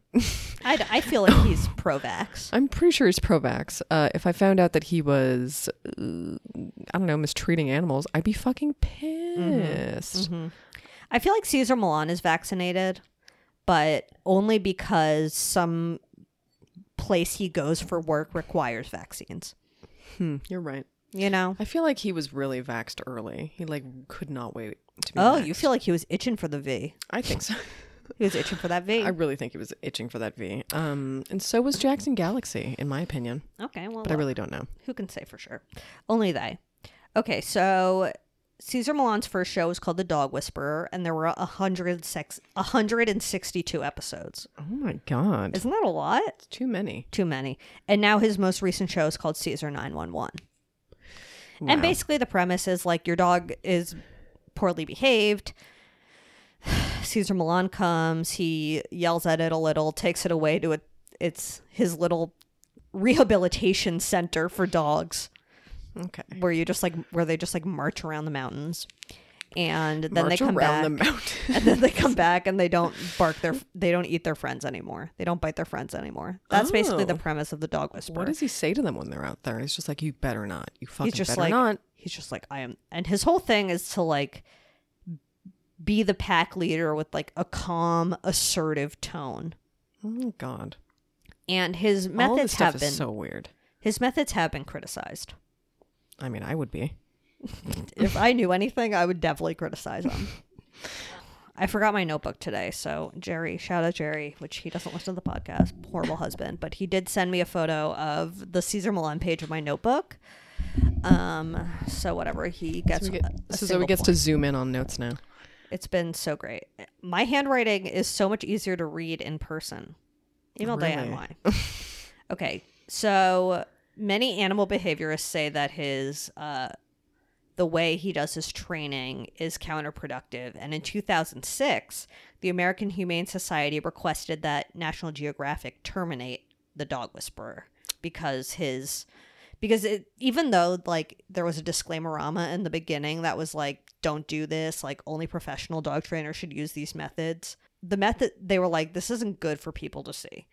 [SPEAKER 3] I, I feel like he's *laughs* pro vax.
[SPEAKER 2] I'm pretty sure he's pro-vax. Uh, if I found out that he was, uh, I don't know, mistreating animals, I'd be fucking pissed.
[SPEAKER 3] I feel like Caesar Milan is vaccinated, but only because some place he goes for work requires vaccines.
[SPEAKER 2] You're right.
[SPEAKER 3] You know?
[SPEAKER 2] I feel like he was really vaxxed early. He like could not wait to be.
[SPEAKER 3] Oh,
[SPEAKER 2] vaxxed.
[SPEAKER 3] you feel like he was itching for the V.
[SPEAKER 2] *laughs* I think so.
[SPEAKER 3] He was itching for that V.
[SPEAKER 2] I really think he was itching for that V. Um, and so was Jackson Galaxy, in my opinion.
[SPEAKER 3] okay, well,
[SPEAKER 2] But I really don't know.
[SPEAKER 3] who can say for sure? Only they. Okay, so Caesar Milan's first show was called The Dog Whisperer, and there were 106, 162 episodes.
[SPEAKER 2] Oh my god,
[SPEAKER 3] Isn't that a lot?
[SPEAKER 2] too many.
[SPEAKER 3] Too many. And now his most recent show is called Caesar 911. And basically, the premise is like your dog is poorly behaved. *sighs* Caesar Milan comes, he yells at it a little, takes it away to it. It's his little rehabilitation center for dogs
[SPEAKER 2] Okay.
[SPEAKER 3] where you just like where they just like march around the mountains and then they
[SPEAKER 2] March
[SPEAKER 3] come
[SPEAKER 2] around
[SPEAKER 3] back
[SPEAKER 2] the mountain.
[SPEAKER 3] and then
[SPEAKER 2] *laughs*
[SPEAKER 3] they come back and they don't bark their they don't eat their friends anymore they don't bite their friends anymore that's basically the
[SPEAKER 2] Oh.
[SPEAKER 3] premise of the dog whisperer
[SPEAKER 2] What does he say to them when they're out there? He's just like, "You better not. You fucking
[SPEAKER 3] he's just
[SPEAKER 2] better
[SPEAKER 3] like
[SPEAKER 2] not."
[SPEAKER 3] he's just like i am and his whole thing is to like be the pack leader with like a calm assertive tone
[SPEAKER 2] Oh my god.
[SPEAKER 3] and his
[SPEAKER 2] All this
[SPEAKER 3] methods
[SPEAKER 2] stuff
[SPEAKER 3] have
[SPEAKER 2] is
[SPEAKER 3] been
[SPEAKER 2] so weird.
[SPEAKER 3] his methods have been criticized
[SPEAKER 2] I mean, I would be.
[SPEAKER 3] if I knew anything, I would definitely
[SPEAKER 2] *laughs*
[SPEAKER 3] criticize him. I forgot my notebook today, so Jerry, shout out Jerry, which he doesn't listen to the podcast, horrible husband, but he did send me a photo of the Caesar Milan page of my notebook. Um, so whatever he gets,
[SPEAKER 2] So, we get,
[SPEAKER 3] a
[SPEAKER 2] so Zoe
[SPEAKER 3] single
[SPEAKER 2] gets to
[SPEAKER 3] point.
[SPEAKER 2] zoom in on notes now.
[SPEAKER 3] It's been so great. My handwriting is so much easier to read in person. Email Diane why. *laughs*
[SPEAKER 2] Really?
[SPEAKER 3] okay, so many animal behaviorists say that his uh, the way he does his training is counterproductive. And in 2006, the American Humane Society requested that National Geographic terminate the dog whisperer because his because it, even though like there was a disclaimerama in the beginning that was like don't do this like only professional dog trainers should use these methods the method they were like this isn't good for people to see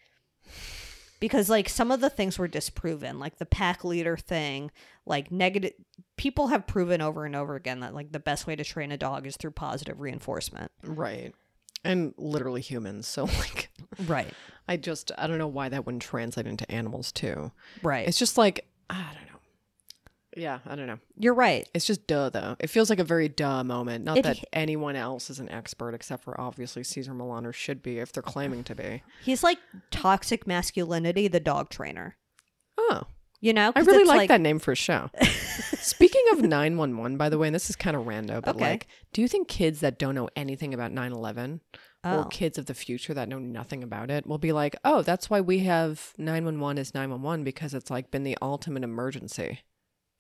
[SPEAKER 3] because like some of the things were disproven like the pack leader thing like negative people have proven over and over again that like the best way to train a dog is through positive reinforcement
[SPEAKER 2] Right. And literally humans. So *laughs* like,
[SPEAKER 3] right
[SPEAKER 2] I just I don't know why that wouldn't translate into animals too.
[SPEAKER 3] right
[SPEAKER 2] It's just like I don't know. Yeah, I don't know.
[SPEAKER 3] you're right
[SPEAKER 2] It's just duh though. It feels like a very duh moment. Not
[SPEAKER 3] It
[SPEAKER 2] that
[SPEAKER 3] hi-
[SPEAKER 2] anyone else is an expert except for obviously Caesar Milan or should be if they're claiming to be.
[SPEAKER 3] he's like toxic masculinity the dog trainer
[SPEAKER 2] Oh.
[SPEAKER 3] you know
[SPEAKER 2] I
[SPEAKER 3] 'Cause
[SPEAKER 2] really
[SPEAKER 3] it's
[SPEAKER 2] like, that name for a
[SPEAKER 3] *laughs*
[SPEAKER 2] show. Speaking of 911, by the way, and this is kind of rando, but
[SPEAKER 3] Okay.
[SPEAKER 2] like, do you think kids that don't know anything about 911
[SPEAKER 3] Oh.
[SPEAKER 2] or kids of the future that know nothing about it will be like, oh, that's why we have 911 is 911 because it's like been the ultimate emergency?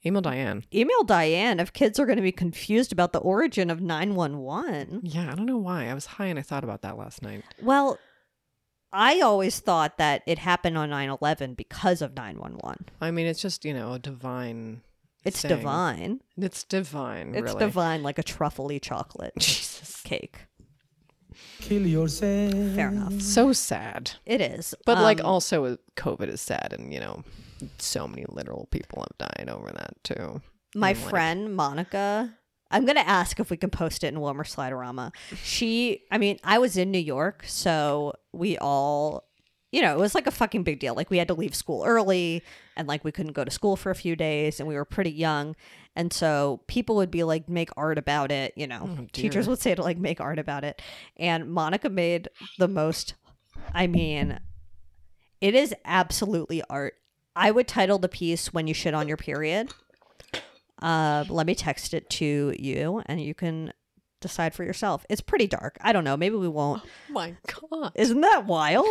[SPEAKER 2] Email Diane.
[SPEAKER 3] Email Diane if kids are going to be confused about the origin of 911.
[SPEAKER 2] Yeah, I don't know why. I was high and I thought about that last night.
[SPEAKER 3] Well, I always thought that it happened on 9 11 because of 911.
[SPEAKER 2] I mean, it's just, you know, a divine.
[SPEAKER 3] It's
[SPEAKER 2] thing.
[SPEAKER 3] divine.
[SPEAKER 2] It's divine.
[SPEAKER 3] It's
[SPEAKER 2] really.
[SPEAKER 3] divine, like a truffly chocolate
[SPEAKER 2] *laughs*
[SPEAKER 3] cake.
[SPEAKER 6] Kill yourself.
[SPEAKER 3] Fair enough.
[SPEAKER 2] So sad.
[SPEAKER 3] It is.
[SPEAKER 2] Mm. But like
[SPEAKER 3] Um,
[SPEAKER 2] also uh, COVID is sad and you know so many literal people have died over that too.
[SPEAKER 3] my
[SPEAKER 2] and, like-
[SPEAKER 3] friend Monica, I'm gonna ask if we can post it in Wilmer Sliderama. She, I mean, I was in New York, so we all, you know, it was like a fucking big deal. Like we had to leave school early, and like we couldn't go to school for a few days, and we were pretty young, and so people would be like make art about it. You know, teachers would say to like make art about it, and Monica made the most. I mean, it is absolutely art. I would title the piece "When You Shit on Your Period." Uh, let me text it to you, and you can decide for yourself. It's pretty dark. I don't know. Maybe we *gasps* won't.
[SPEAKER 2] my god!
[SPEAKER 3] Isn't that wild?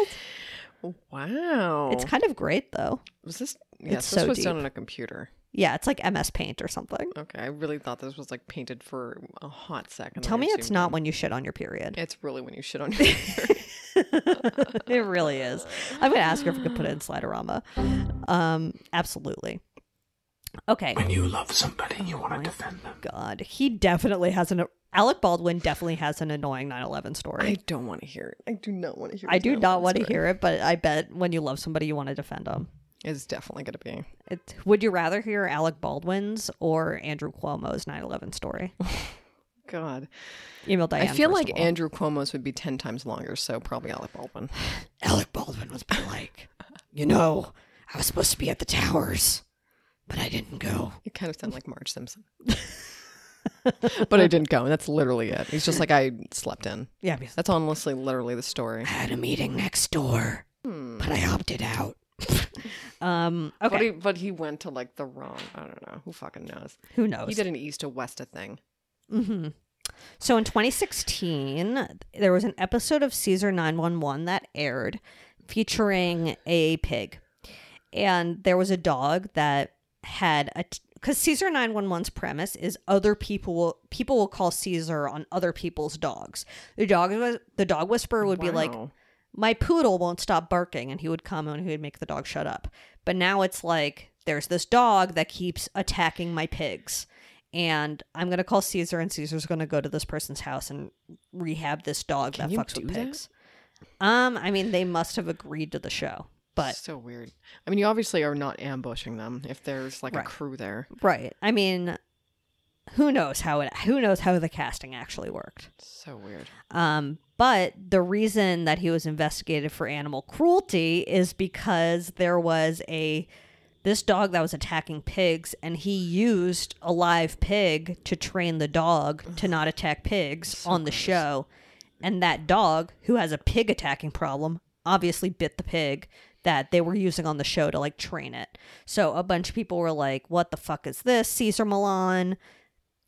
[SPEAKER 2] Wow.
[SPEAKER 3] It's kind of great, though.
[SPEAKER 2] was this? Yes,
[SPEAKER 3] it's
[SPEAKER 2] this
[SPEAKER 3] so
[SPEAKER 2] was done
[SPEAKER 3] deep.
[SPEAKER 2] on a computer.
[SPEAKER 3] Yeah, it's like MS Paint or something.
[SPEAKER 2] Okay, I really thought this was like painted for a hot second.
[SPEAKER 3] Tell
[SPEAKER 2] I
[SPEAKER 3] me it's
[SPEAKER 2] assumed
[SPEAKER 3] not when you shit on your period.
[SPEAKER 2] It's really when you shit on your.
[SPEAKER 3] *laughs* it really is. I'm gonna ask her if we could put it in Sliderama. Um, absolutely. *laughs* Okay. When you love somebody, you want to defend them. God, he definitely has an. Alec Baldwin definitely has an annoying 9/11 story.
[SPEAKER 2] I don't want to hear it. I do not want to hear.
[SPEAKER 3] I do not want to
[SPEAKER 2] hear.
[SPEAKER 3] hear it, but I bet when you love somebody, you want to defend them.
[SPEAKER 2] It's definitely going to be.
[SPEAKER 3] It, would you rather hear Alec Baldwin's or Andrew Cuomo's
[SPEAKER 2] *laughs*
[SPEAKER 3] 9/11 story?
[SPEAKER 2] God,
[SPEAKER 3] Email Diane.
[SPEAKER 2] I feel
[SPEAKER 3] first
[SPEAKER 2] like
[SPEAKER 3] of all.
[SPEAKER 2] Andrew Cuomo's would be ten times longer, so probably Alec Baldwin.
[SPEAKER 3] Alec Baldwin was like, you know, I was supposed to be at the towers, but I didn't go.
[SPEAKER 2] You kind of sound like Marge
[SPEAKER 3] *laughs*
[SPEAKER 2] Simpson. but I didn't go, and that's literally it. He's just like I slept in.
[SPEAKER 3] Yeah, because
[SPEAKER 2] That's honestly literally the story.
[SPEAKER 3] had a meeting next door,
[SPEAKER 2] Hmm.
[SPEAKER 3] but I opted out. um, okay.
[SPEAKER 2] But he, but he went to like the wrong. I don't know. Who fucking knows?
[SPEAKER 3] Who knows?
[SPEAKER 2] He did an east to west a thing.
[SPEAKER 3] So in 2016, there was an episode of Caesar 911 that aired featuring a pig. And there was a dog that had a cuz Caesar 911's premise is other people will people will call Caesar on other people's dogs. The dog was the dog whisperer would be like
[SPEAKER 2] Wow.
[SPEAKER 3] my poodle won't stop barking and he would come and he would make the dog shut up but now it's like there's this dog that keeps attacking my pigs and i'm going to call caesar and caesar's going to go to this person's house and rehab this dog
[SPEAKER 2] Can
[SPEAKER 3] that
[SPEAKER 2] you
[SPEAKER 3] fucks
[SPEAKER 2] do
[SPEAKER 3] with
[SPEAKER 2] that?
[SPEAKER 3] pigs um i mean they must have agreed to the show but
[SPEAKER 2] so weird. I mean, you obviously are not ambushing them if there's like
[SPEAKER 3] Right.
[SPEAKER 2] a crew there.
[SPEAKER 3] right i mean who knows how it who knows how the casting actually worked
[SPEAKER 2] So weird.
[SPEAKER 3] Um, but the reason that he was investigated for animal cruelty is because there was a this dog that was attacking pigs, and he used a live pig to train the dog to not attack pigs on the show. And that dog, who has a pig attacking problem, obviously bit the pig that they were using on the show to like train it. So a bunch of people were like, "What the fuck is this, Caesar Milan?"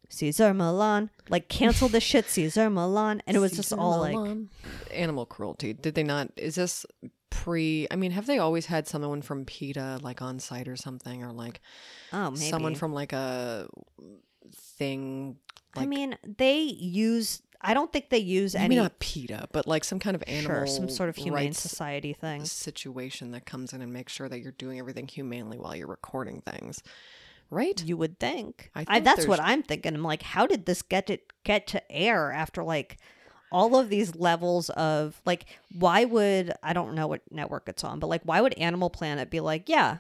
[SPEAKER 3] Caesar Milan, like cancel this shit, Caesar Milan, and it was just all like,
[SPEAKER 2] um, animal cruelty. Did they not? Is this pre? I mean, have they always had someone from PETA like on site or something, or like
[SPEAKER 3] oh, maybe.
[SPEAKER 2] someone from like a thing? Like,
[SPEAKER 3] I mean, they use. I don't think they use
[SPEAKER 2] maybe
[SPEAKER 3] any
[SPEAKER 2] not PETA, but like some kind of
[SPEAKER 3] sure
[SPEAKER 2] animal,
[SPEAKER 3] some sort of humane
[SPEAKER 2] rights
[SPEAKER 3] society thing.
[SPEAKER 2] situation that comes in and makes sure that you're doing everything humanely while you're recording things, right?
[SPEAKER 3] You would think.
[SPEAKER 2] I
[SPEAKER 3] I
[SPEAKER 2] think
[SPEAKER 3] that's what
[SPEAKER 2] there's-
[SPEAKER 3] I'm thinking. I'm like, how did this get to get to air after like all of these levels of like why would I don't know what network it's on, but like why would Animal Planet be like, yeah,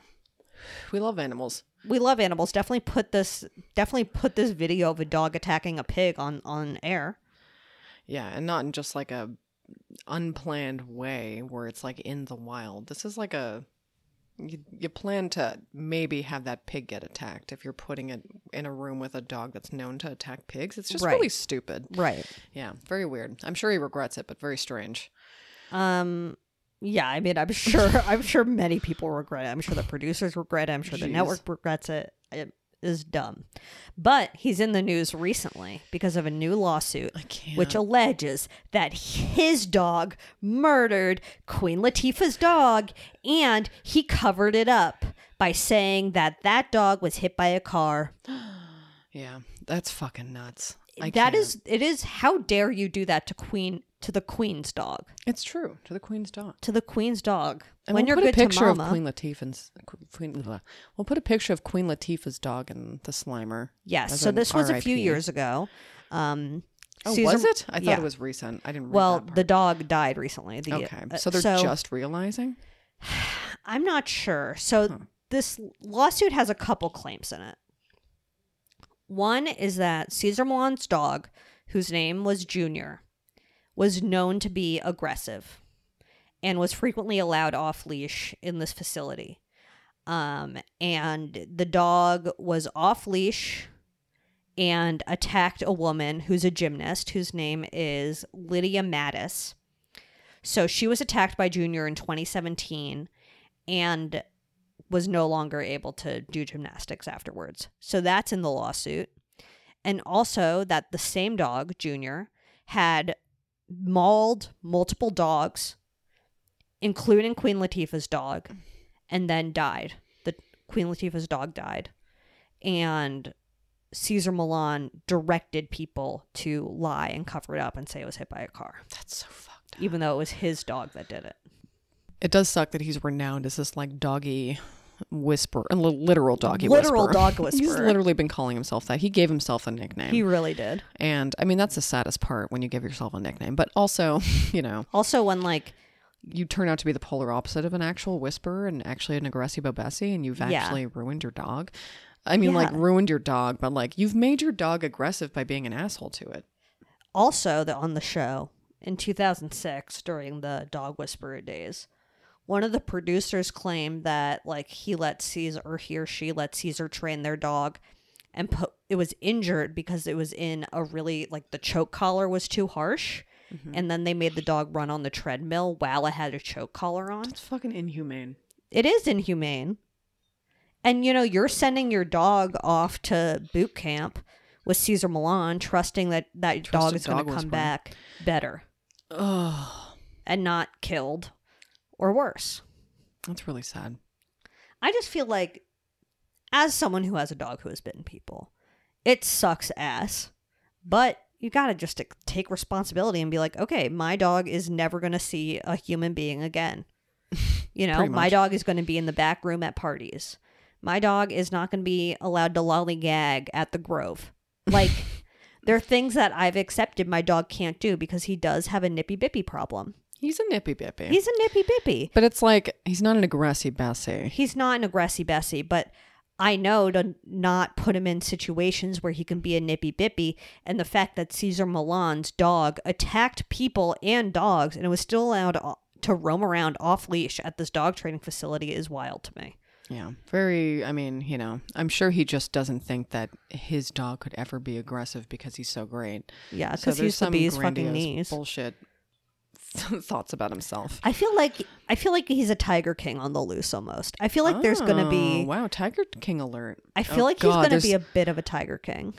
[SPEAKER 2] We love animals.
[SPEAKER 3] we love animals. Definitely put this definitely put this video of a dog attacking a pig on on air.
[SPEAKER 2] Yeah, and not in just like a unplanned way where it's like in the wild. This is like a you, you plan to maybe have that pig get attacked if you're putting it in a room with a dog that's known to attack pigs. It's just really
[SPEAKER 3] Right.
[SPEAKER 2] stupid.
[SPEAKER 3] Right.
[SPEAKER 2] Yeah, very weird. I'm sure he regrets it, but very strange.
[SPEAKER 3] Um yeah, I mean, I'm sure. *laughs* I'm sure many people regret it. I'm sure the producers regret it. I'm sure the
[SPEAKER 2] Jeez.
[SPEAKER 3] network regrets it. It is dumb, but he's in the news recently because of a new lawsuit, which alleges that his dog murdered Queen Latifah's dog, and he covered it up by saying that that dog was hit by a car.
[SPEAKER 2] Yeah, that's fucking nuts. I
[SPEAKER 3] That
[SPEAKER 2] can't.
[SPEAKER 3] is, it is. How dare you do that to Queen? To the Queen's dog.
[SPEAKER 2] it's true to the Queen's dog.
[SPEAKER 3] To the Queen's dog.
[SPEAKER 2] And
[SPEAKER 3] when
[SPEAKER 2] we'll
[SPEAKER 3] you're
[SPEAKER 2] put
[SPEAKER 3] good
[SPEAKER 2] a picture
[SPEAKER 3] to mama,
[SPEAKER 2] of Queen Latifah's Queen, blah. we'll put a picture of Queen Latifah's dog and the Slimer.
[SPEAKER 3] Yes.
[SPEAKER 2] as
[SPEAKER 3] So
[SPEAKER 2] an
[SPEAKER 3] this was a few
[SPEAKER 2] RIP.
[SPEAKER 3] years ago. Um,
[SPEAKER 2] Oh,
[SPEAKER 3] Caesar-
[SPEAKER 2] was it? I thought
[SPEAKER 3] yeah.
[SPEAKER 2] it was recent. I didn't. Read
[SPEAKER 3] Well,
[SPEAKER 2] that part.
[SPEAKER 3] the dog died recently. The,
[SPEAKER 2] Okay.
[SPEAKER 3] uh,
[SPEAKER 2] So they're just realizing?
[SPEAKER 3] I'm not sure. So this lawsuit has a couple claims in it. One is that Caesar Milan's dog, whose name was Junior, was known to be aggressive and was frequently allowed off leash in this facility. Um, and the dog was off leash and attacked a woman who's a gymnast whose name is Lydia Mattis. So she was attacked by Junior in 2017 and was no longer able to do gymnastics afterwards. So that's in the lawsuit. And also that the same dog, Junior, had mauled multiple dogs, including Queen Latifah's dog, and then died. The Queen Latifah's dog died. And Caesar Milan directed people to lie and cover it up and say it was hit by a car.
[SPEAKER 2] That's so fucked.
[SPEAKER 3] Even though it was his dog that did it.
[SPEAKER 2] It does suck that he's renowned as this like doggy whisper, a li- literal doggy
[SPEAKER 3] Literal
[SPEAKER 2] whisperer.
[SPEAKER 3] dog
[SPEAKER 2] *laughs* he's
[SPEAKER 3] whisperer.
[SPEAKER 2] literally been calling himself that. He gave himself a nickname.
[SPEAKER 3] He really did.
[SPEAKER 2] and I mean, that's the saddest part when you give yourself a nickname. But also, *laughs* you know,
[SPEAKER 3] Also, when like
[SPEAKER 2] you turn out to be the polar opposite of an actual whisperer and actually an aggressive obessi, and you've
[SPEAKER 3] Yeah.
[SPEAKER 2] actually ruined your dog. I mean, like
[SPEAKER 3] Yeah.
[SPEAKER 2] ruined your dog, but like you've made your dog aggressive by being an asshole to it.
[SPEAKER 3] also the, on the show in 2006 during the dog whisperer days one of the producers claimed that like he let caesar or he or she let caesar train their dog and put it was injured because it was in a really like the choke collar was too harsh and then they made the dog run on the treadmill while it had a choke collar on
[SPEAKER 2] It's fucking inhumane.
[SPEAKER 3] it is inhumane. And you know, you're sending your dog off to boot camp with Caesar Milan, trusting that that
[SPEAKER 2] Trust
[SPEAKER 3] dog
[SPEAKER 2] a
[SPEAKER 3] is going
[SPEAKER 2] dog
[SPEAKER 3] to come
[SPEAKER 2] whisperer.
[SPEAKER 3] back better
[SPEAKER 2] Oh,
[SPEAKER 3] and not killed or worse.
[SPEAKER 2] that's really sad.
[SPEAKER 3] I just feel like, as someone who has a dog who has bitten people, it sucks ass, but you gotta just t- take responsibility and be like, okay, my dog is never gonna see a human being
[SPEAKER 2] *laughs*
[SPEAKER 3] again. You know,
[SPEAKER 2] Pretty
[SPEAKER 3] my
[SPEAKER 2] much.
[SPEAKER 3] dog is gonna be in the back room at parties. My dog is not gonna be allowed to lollygag at the Grove.
[SPEAKER 2] *laughs*
[SPEAKER 3] Like, there are things that I've accepted my dog can't do because he does have a nippy bippy problem.
[SPEAKER 2] He's a nippy bippy.
[SPEAKER 3] He's a nippy bippy.
[SPEAKER 2] But it's like he's not an aggressive bessie.
[SPEAKER 3] he's not an aggressive Bessie, but I know to not put him in situations where he can be a nippy bippy. And the fact that Caesar Milan's dog attacked people and dogs and it was still allowed o- to roam around off leash at this dog training facility is wild to me.
[SPEAKER 2] Yeah. Very, I mean, you know, I'm sure he just doesn't think that his dog could ever be aggressive because he's so great.
[SPEAKER 3] Yeah,
[SPEAKER 2] So there's
[SPEAKER 3] because he's the
[SPEAKER 2] some
[SPEAKER 3] bee's fucking
[SPEAKER 2] grandiose
[SPEAKER 3] knees.
[SPEAKER 2] bullshit *laughs* thoughts about himself.
[SPEAKER 3] I feel like I feel like he's a Tiger King on the loose almost. I feel like there's going to
[SPEAKER 2] Oh,
[SPEAKER 3] be.
[SPEAKER 2] wow, Tiger King alert.
[SPEAKER 3] I feel
[SPEAKER 2] Oh,
[SPEAKER 3] like
[SPEAKER 2] God,
[SPEAKER 3] he's going
[SPEAKER 2] there's-
[SPEAKER 3] to be a bit of a Tiger King.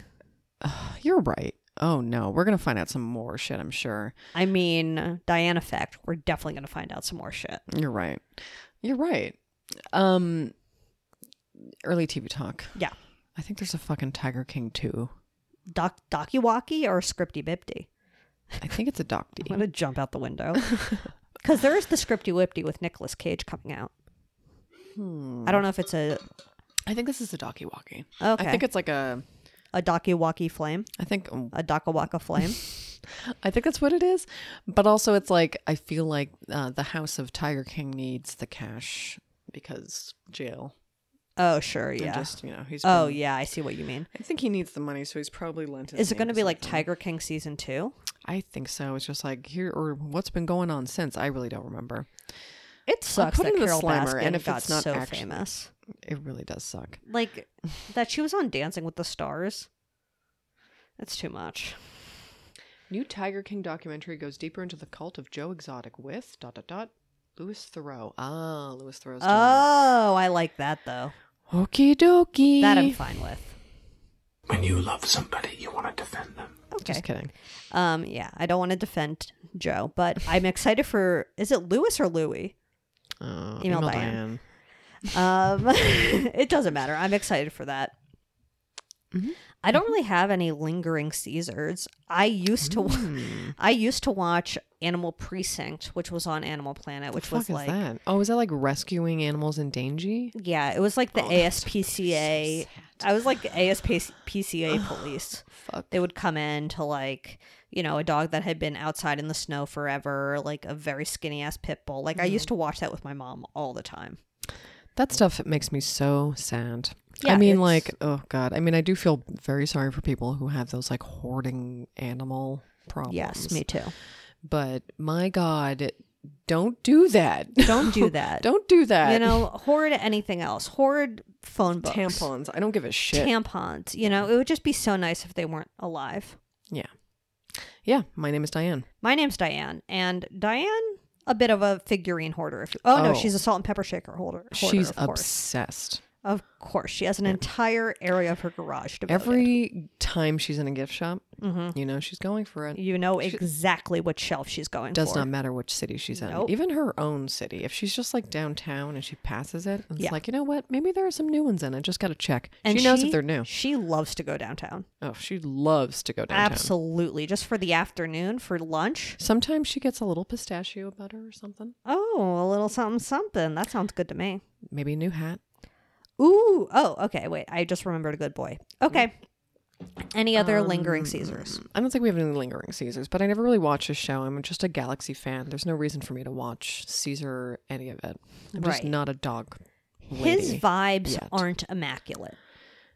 [SPEAKER 2] You're right. Oh no, we're gonna find out some more shit. I'm sure.
[SPEAKER 3] I mean, Diana fact. We're definitely going to find out some more shit.
[SPEAKER 2] You're right. You're right. Um, early TV talk.
[SPEAKER 3] Yeah.
[SPEAKER 2] I think there's a fucking Tiger King too.
[SPEAKER 3] Doc Docky Walkie or Scripty Bipty?
[SPEAKER 2] I think it's a docty.
[SPEAKER 3] I'm gonna jump out the *laughs* window because there is the Scripty Whipty with Nicolas Cage coming out. I don't know if it's a
[SPEAKER 2] I think this is a docky walkie.
[SPEAKER 3] Okay.
[SPEAKER 2] I think it's like a.
[SPEAKER 3] a Docky Walkie flame,
[SPEAKER 2] I think um,
[SPEAKER 3] a Doka Waka *laughs* flame.
[SPEAKER 2] Uh, I think that's what it is, but also it's like I feel like uh, the House of Tiger King needs the cash because jail.
[SPEAKER 3] oh sure,
[SPEAKER 2] And
[SPEAKER 3] yeah.
[SPEAKER 2] just you know he's.
[SPEAKER 3] oh
[SPEAKER 2] been-
[SPEAKER 3] yeah, I see what you mean.
[SPEAKER 2] I think he needs the money, so he's probably lent. His
[SPEAKER 3] Is it
[SPEAKER 2] name
[SPEAKER 3] gonna be like
[SPEAKER 2] something.
[SPEAKER 3] Tiger King season two?
[SPEAKER 2] I think so. It's just like here or what's been going on since. I really don't remember.
[SPEAKER 3] It sucks
[SPEAKER 2] put
[SPEAKER 3] that
[SPEAKER 2] it in the
[SPEAKER 3] Carol
[SPEAKER 2] slimer,
[SPEAKER 3] Baskin
[SPEAKER 2] and if
[SPEAKER 3] got
[SPEAKER 2] it's not
[SPEAKER 3] so
[SPEAKER 2] actually-
[SPEAKER 3] famous.
[SPEAKER 2] It really does suck.
[SPEAKER 3] *laughs* Like that she was on Dancing with the Stars. That's too much.
[SPEAKER 2] New Tiger King documentary goes deeper into the cult of Joe Exotic with dot dot dot Louis Thoreau. Ah, Louis Thoreau's. daughter.
[SPEAKER 3] Oh, I like that though.
[SPEAKER 2] Okie dokie.
[SPEAKER 3] That I'm fine with.
[SPEAKER 8] When you love somebody, you want to defend them.
[SPEAKER 3] Okay.
[SPEAKER 2] Just kidding.
[SPEAKER 3] Um, yeah, I don't want to defend Joe, but I'm excited for is it Lewis or Louie?
[SPEAKER 2] Uh,
[SPEAKER 3] Email
[SPEAKER 2] email
[SPEAKER 3] Diane.
[SPEAKER 2] Diane.
[SPEAKER 3] Um, *laughs* it doesn't matter. I'm excited for that.
[SPEAKER 2] Mm-hmm.
[SPEAKER 3] I don't really have any lingering Caesars. I used to,
[SPEAKER 2] Mm.
[SPEAKER 3] I used to watch Animal Precinct, which was on Animal Planet, which
[SPEAKER 2] Fuck
[SPEAKER 3] was
[SPEAKER 2] is
[SPEAKER 3] like,
[SPEAKER 2] that? Oh, is that like rescuing animals in danger?
[SPEAKER 3] yeah, it was like
[SPEAKER 2] Oh,
[SPEAKER 3] the ASPCA. I was
[SPEAKER 2] *sighs*
[SPEAKER 3] like ASPCA police.
[SPEAKER 2] Fuck.
[SPEAKER 3] they would come in to like you know a dog that had been outside in the snow forever like a very skinny ass pit bull
[SPEAKER 2] Mm-hmm.
[SPEAKER 3] like i used to watch that with my mom all the time
[SPEAKER 2] That stuff makes me so sad. I mean,
[SPEAKER 3] it's-
[SPEAKER 2] like, oh god. I mean, I do feel very sorry for people who have those like hoarding animal problems.
[SPEAKER 3] yes, me too.
[SPEAKER 2] But my god, don't do
[SPEAKER 3] *laughs*
[SPEAKER 2] that.
[SPEAKER 3] Don't
[SPEAKER 2] *laughs*
[SPEAKER 3] do that.
[SPEAKER 2] don't do that.
[SPEAKER 3] You know, hoard anything else. Hoard phone
[SPEAKER 2] *laughs*
[SPEAKER 3] books.
[SPEAKER 2] tampons. I don't give a shit.
[SPEAKER 3] Tampons. You know, it would just be so nice if they weren't alive.
[SPEAKER 2] yeah, yeah. My name is Diane.
[SPEAKER 3] My name's Diane, and Diane, a bit of a figurine hoarder. If oh,
[SPEAKER 2] Oh.
[SPEAKER 3] no, she's a salt and pepper shaker holder. hoarder,
[SPEAKER 2] She's
[SPEAKER 3] of course.
[SPEAKER 2] obsessed.
[SPEAKER 3] Of course, she has an entire area of her garage devoted.
[SPEAKER 2] Every time she's in a gift shop,
[SPEAKER 3] Mm-hmm.
[SPEAKER 2] you know she's going for it.
[SPEAKER 3] you know exactly what shelf she's going
[SPEAKER 2] Does
[SPEAKER 3] for.
[SPEAKER 2] not matter which city she's in,
[SPEAKER 3] Nope.
[SPEAKER 2] even her own city. If she's just like downtown and she passes it, it's
[SPEAKER 3] Yeah.
[SPEAKER 2] like you know what? Maybe there are some new ones in. I just got to check. she knows if they're new.
[SPEAKER 3] She loves to go downtown.
[SPEAKER 2] Oh, she loves to go downtown.
[SPEAKER 3] Absolutely, just for the afternoon for lunch.
[SPEAKER 2] Sometimes she gets a little pistachio butter or something.
[SPEAKER 3] Oh, a little something, something. That sounds good to me.
[SPEAKER 2] Maybe a new hat.
[SPEAKER 3] Ooh. Oh, okay. Wait, I just remembered a good boy. Okay.
[SPEAKER 2] Mm.
[SPEAKER 3] Any other lingering
[SPEAKER 2] Um,
[SPEAKER 3] Caesars?
[SPEAKER 2] I don't think we have any lingering Caesars, but I never really watch this show. I'm just a Galaxy fan. There's no reason for me to watch Caesar or any of it. I'm just
[SPEAKER 3] Right.
[SPEAKER 2] not a dog.
[SPEAKER 3] His
[SPEAKER 2] lady
[SPEAKER 3] vibes
[SPEAKER 2] yet.
[SPEAKER 3] aren't immaculate.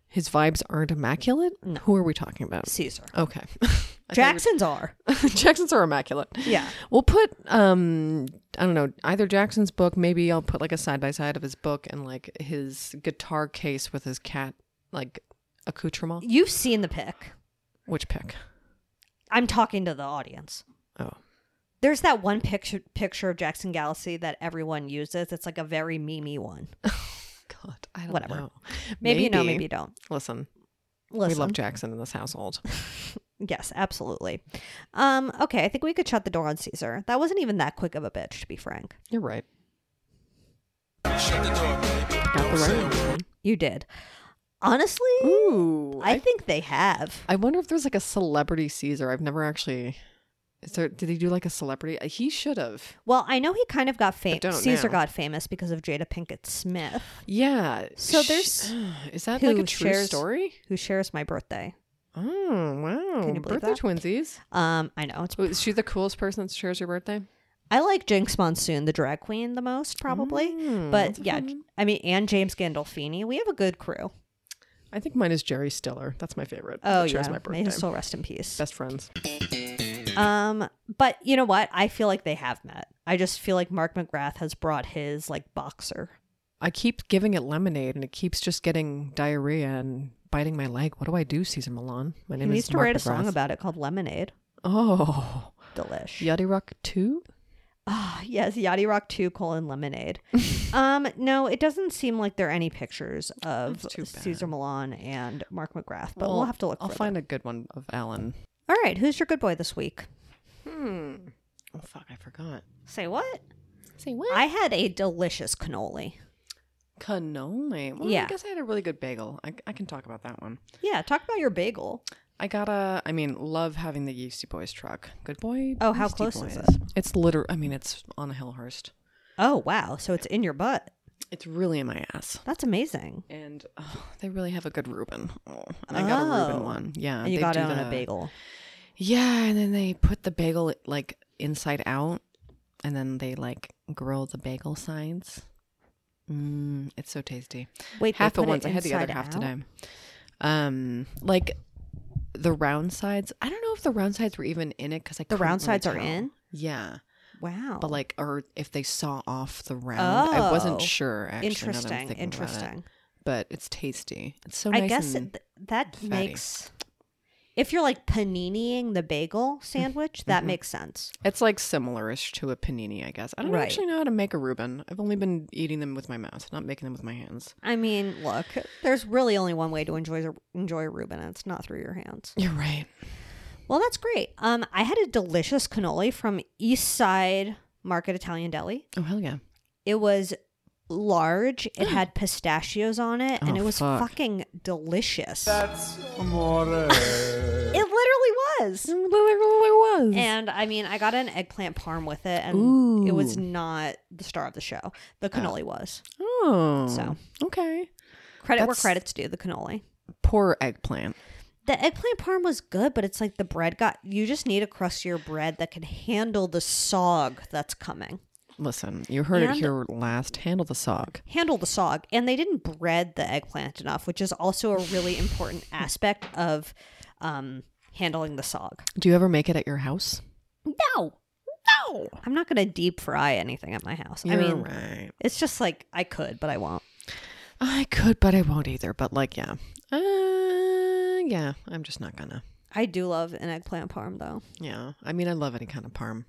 [SPEAKER 2] His vibes aren't immaculate. Who are we talking about?
[SPEAKER 3] Caesar.
[SPEAKER 2] Okay. *laughs* I thought
[SPEAKER 3] Jackson's are.
[SPEAKER 2] you- Jacksons are immaculate.
[SPEAKER 3] Yeah.
[SPEAKER 2] We'll put um I don't know, either Jackson's book, maybe I'll put like a side by side of his book and like his guitar case with his cat like accoutrement.
[SPEAKER 3] You've seen the pic.
[SPEAKER 2] Which pick?
[SPEAKER 3] I'm talking to the audience.
[SPEAKER 2] Oh.
[SPEAKER 3] There's that one picture picture of Jackson Galaxy that everyone uses. It's like a very memey one.
[SPEAKER 2] God, I don't
[SPEAKER 3] Whatever.
[SPEAKER 2] know.
[SPEAKER 3] Maybe, you know, maybe you don't.
[SPEAKER 2] Listen,
[SPEAKER 3] Listen.
[SPEAKER 2] we love Jackson in this household.
[SPEAKER 3] Yes, absolutely. Um, okay, I think we could shut the door on Caesar. That wasn't even that quick of a bitch, to be frank.
[SPEAKER 2] *laughs* You're right. Got the right one.
[SPEAKER 3] You did. Honestly,
[SPEAKER 2] Ooh.
[SPEAKER 3] I think they have.
[SPEAKER 2] I wonder if there's like a celebrity Caesar. I've never actually. Is there? Did he do like a celebrity? Uh, He should have.
[SPEAKER 3] Well, I know he kind of got
[SPEAKER 2] don't
[SPEAKER 3] famous. Caesar
[SPEAKER 2] know.
[SPEAKER 3] got famous because of Jada Pinkett Smith,
[SPEAKER 2] Yeah.
[SPEAKER 3] So
[SPEAKER 2] Sh-
[SPEAKER 3] there's
[SPEAKER 2] is that like
[SPEAKER 3] who
[SPEAKER 2] a true
[SPEAKER 3] shares-
[SPEAKER 2] story?
[SPEAKER 3] who shares my birthday.
[SPEAKER 2] Oh wow!
[SPEAKER 3] Can you believe
[SPEAKER 2] birthday
[SPEAKER 3] that?
[SPEAKER 2] twinsies.
[SPEAKER 3] Um, I know it's.
[SPEAKER 2] Oh, Is she the coolest person that shares your birthday?
[SPEAKER 3] I like Jinx Monsoon, the drag queen, the most probably.
[SPEAKER 2] Mm,
[SPEAKER 3] but yeah, I mean, and James Gandolfini. We have a good crew.
[SPEAKER 2] I think mine is Jerry Stiller. That's my favorite.
[SPEAKER 3] Oh
[SPEAKER 2] that
[SPEAKER 3] yeah,
[SPEAKER 2] shares my
[SPEAKER 3] may
[SPEAKER 2] birthday.
[SPEAKER 3] his soul rest in peace.
[SPEAKER 2] Best friends.
[SPEAKER 3] Um, but you know what? I feel like they have met. I just feel like Mark McGrath has brought his like boxer.
[SPEAKER 2] I keep giving it lemonade, and it keeps just getting diarrhea and biting my leg. What do I do, Caesar Milan? My
[SPEAKER 3] He
[SPEAKER 2] name
[SPEAKER 3] needs
[SPEAKER 2] is
[SPEAKER 3] to
[SPEAKER 2] Mark
[SPEAKER 3] write a song
[SPEAKER 2] DeGrasse.
[SPEAKER 3] about it called Lemonade.
[SPEAKER 2] Oh,
[SPEAKER 3] Delish.
[SPEAKER 2] Yachty Rock Two.
[SPEAKER 3] Ah, yes, Yachty Rock 2
[SPEAKER 2] *laughs*
[SPEAKER 3] colon lemonade. um, no, it doesn't seem like there are any pictures of
[SPEAKER 2] That's too bad.
[SPEAKER 3] Caesar Milan and Mark McGrath, but we'll, have to look
[SPEAKER 2] I'll
[SPEAKER 3] for
[SPEAKER 2] find
[SPEAKER 3] them.
[SPEAKER 2] a good one of Alan.
[SPEAKER 3] All right, who's your good boy this week?
[SPEAKER 2] Oh fuck, I forgot.
[SPEAKER 3] Say what?
[SPEAKER 2] Say what?
[SPEAKER 3] I had a delicious cannoli.
[SPEAKER 2] cannoli. Well,
[SPEAKER 3] Yeah.
[SPEAKER 2] I guess I had a really good bagel. I, I can talk about that one.
[SPEAKER 3] Yeah, talk about your bagel.
[SPEAKER 2] I gotta. I mean, love having the Yeasty Boys truck. Good boy.
[SPEAKER 3] Oh, how
[SPEAKER 2] Yeasty
[SPEAKER 3] close is
[SPEAKER 2] Boys. It's literal. I mean, it's on Hillhurst.
[SPEAKER 3] Oh, wow. So it's in your butt.
[SPEAKER 2] It's really in my ass.
[SPEAKER 3] That's amazing.
[SPEAKER 2] And *sighs* oh, they really have a good Reuben. Oh, and I got a Reuben
[SPEAKER 3] Oh.
[SPEAKER 2] one. Yeah,
[SPEAKER 3] And
[SPEAKER 2] Uh,
[SPEAKER 3] you
[SPEAKER 2] they
[SPEAKER 3] got
[SPEAKER 2] do
[SPEAKER 3] it on
[SPEAKER 2] the-
[SPEAKER 3] a bagel.
[SPEAKER 2] Yeah, and then they put the bagel like inside out, and then they like grill the bagel sides. Mm, it's so tasty.
[SPEAKER 3] Wait, they
[SPEAKER 2] half
[SPEAKER 3] put
[SPEAKER 2] at
[SPEAKER 3] it
[SPEAKER 2] once. I had the other
[SPEAKER 3] inside
[SPEAKER 2] half
[SPEAKER 3] out?
[SPEAKER 2] today. Um, like the round sides. I don't know if the round sides were even in it because I
[SPEAKER 3] The
[SPEAKER 2] couldn't
[SPEAKER 3] round
[SPEAKER 2] really
[SPEAKER 3] sides are
[SPEAKER 2] tell.
[SPEAKER 3] in?
[SPEAKER 2] Yeah,
[SPEAKER 3] Wow.
[SPEAKER 2] but like, or if they saw off the round, I wasn't
[SPEAKER 3] Oh.
[SPEAKER 2] sure. Actually, now that I'm
[SPEAKER 3] interesting.
[SPEAKER 2] thinking about it.
[SPEAKER 3] Interesting.
[SPEAKER 2] But it's tasty. It's so.
[SPEAKER 3] I
[SPEAKER 2] nice
[SPEAKER 3] guess
[SPEAKER 2] and-
[SPEAKER 3] it, th- that
[SPEAKER 2] fatty.
[SPEAKER 3] makes if you're like paniniing
[SPEAKER 2] *laughs*
[SPEAKER 3] the bagel sandwich,
[SPEAKER 2] Mm-hmm.
[SPEAKER 3] that makes sense.
[SPEAKER 2] It's like similarish to a panini, I guess. I don't
[SPEAKER 3] Right.
[SPEAKER 2] actually know how to make a Reuben. I've only been eating them with my mouth, not making them with my hands.
[SPEAKER 3] I mean, look, there's really only one way to enjoy a- enjoy a Reuben, and it's not through your
[SPEAKER 2] *laughs*
[SPEAKER 3] hands.
[SPEAKER 2] You're right.
[SPEAKER 3] Well, that's great. Um, I had a delicious cannoli from East Side Market Italian Deli.
[SPEAKER 2] Oh hell yeah!
[SPEAKER 3] It was large. It had pistachios on it, and
[SPEAKER 2] Hmm. Oh,
[SPEAKER 3] it was
[SPEAKER 2] fuck.
[SPEAKER 3] fucking delicious. That's amore. it literally was.
[SPEAKER 2] was.
[SPEAKER 3] And I mean, I got an eggplant parm with it, and it was not the star of the show. The cannoli was.
[SPEAKER 2] oh,
[SPEAKER 3] So.
[SPEAKER 2] okay.
[SPEAKER 3] Credit where
[SPEAKER 2] That's-
[SPEAKER 3] credit's due, the cannoli.
[SPEAKER 2] Poor eggplant.
[SPEAKER 3] The eggplant parm was good, but it's like the bread got, you just need a crustier bread that can handle the sog that's coming.
[SPEAKER 2] Listen, you heard it
[SPEAKER 3] And-
[SPEAKER 2] here last. Handle the sock.
[SPEAKER 3] handle the sog and they didn't bread the eggplant enough which is also a really *laughs* important aspect of um, handling the sog
[SPEAKER 2] Do you ever make it at your house?
[SPEAKER 3] no no i'm not gonna deep fry anything at my house i mean
[SPEAKER 2] right.
[SPEAKER 3] it's just like i could but i won't
[SPEAKER 2] I could, but I won't either. But like, yeah, uh, yeah, I'm just not gonna.
[SPEAKER 3] i do love an eggplant parm though
[SPEAKER 2] Yeah, I mean, I love any kind of parm.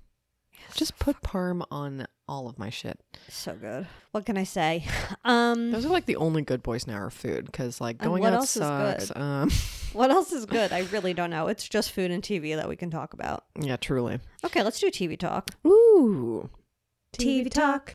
[SPEAKER 2] Just put parm on all of my shit.
[SPEAKER 3] so good what can i say *laughs* um
[SPEAKER 2] Those are like the only good boys now are food because like
[SPEAKER 3] And
[SPEAKER 2] going
[SPEAKER 3] what
[SPEAKER 2] out
[SPEAKER 3] else is
[SPEAKER 2] sucks.
[SPEAKER 3] good?
[SPEAKER 2] Um, *laughs*
[SPEAKER 3] what else is good i really don't know it's just food and tv that we can talk about
[SPEAKER 2] yeah, truly.
[SPEAKER 3] okay let's do tv talk
[SPEAKER 2] Ooh,
[SPEAKER 3] tv talk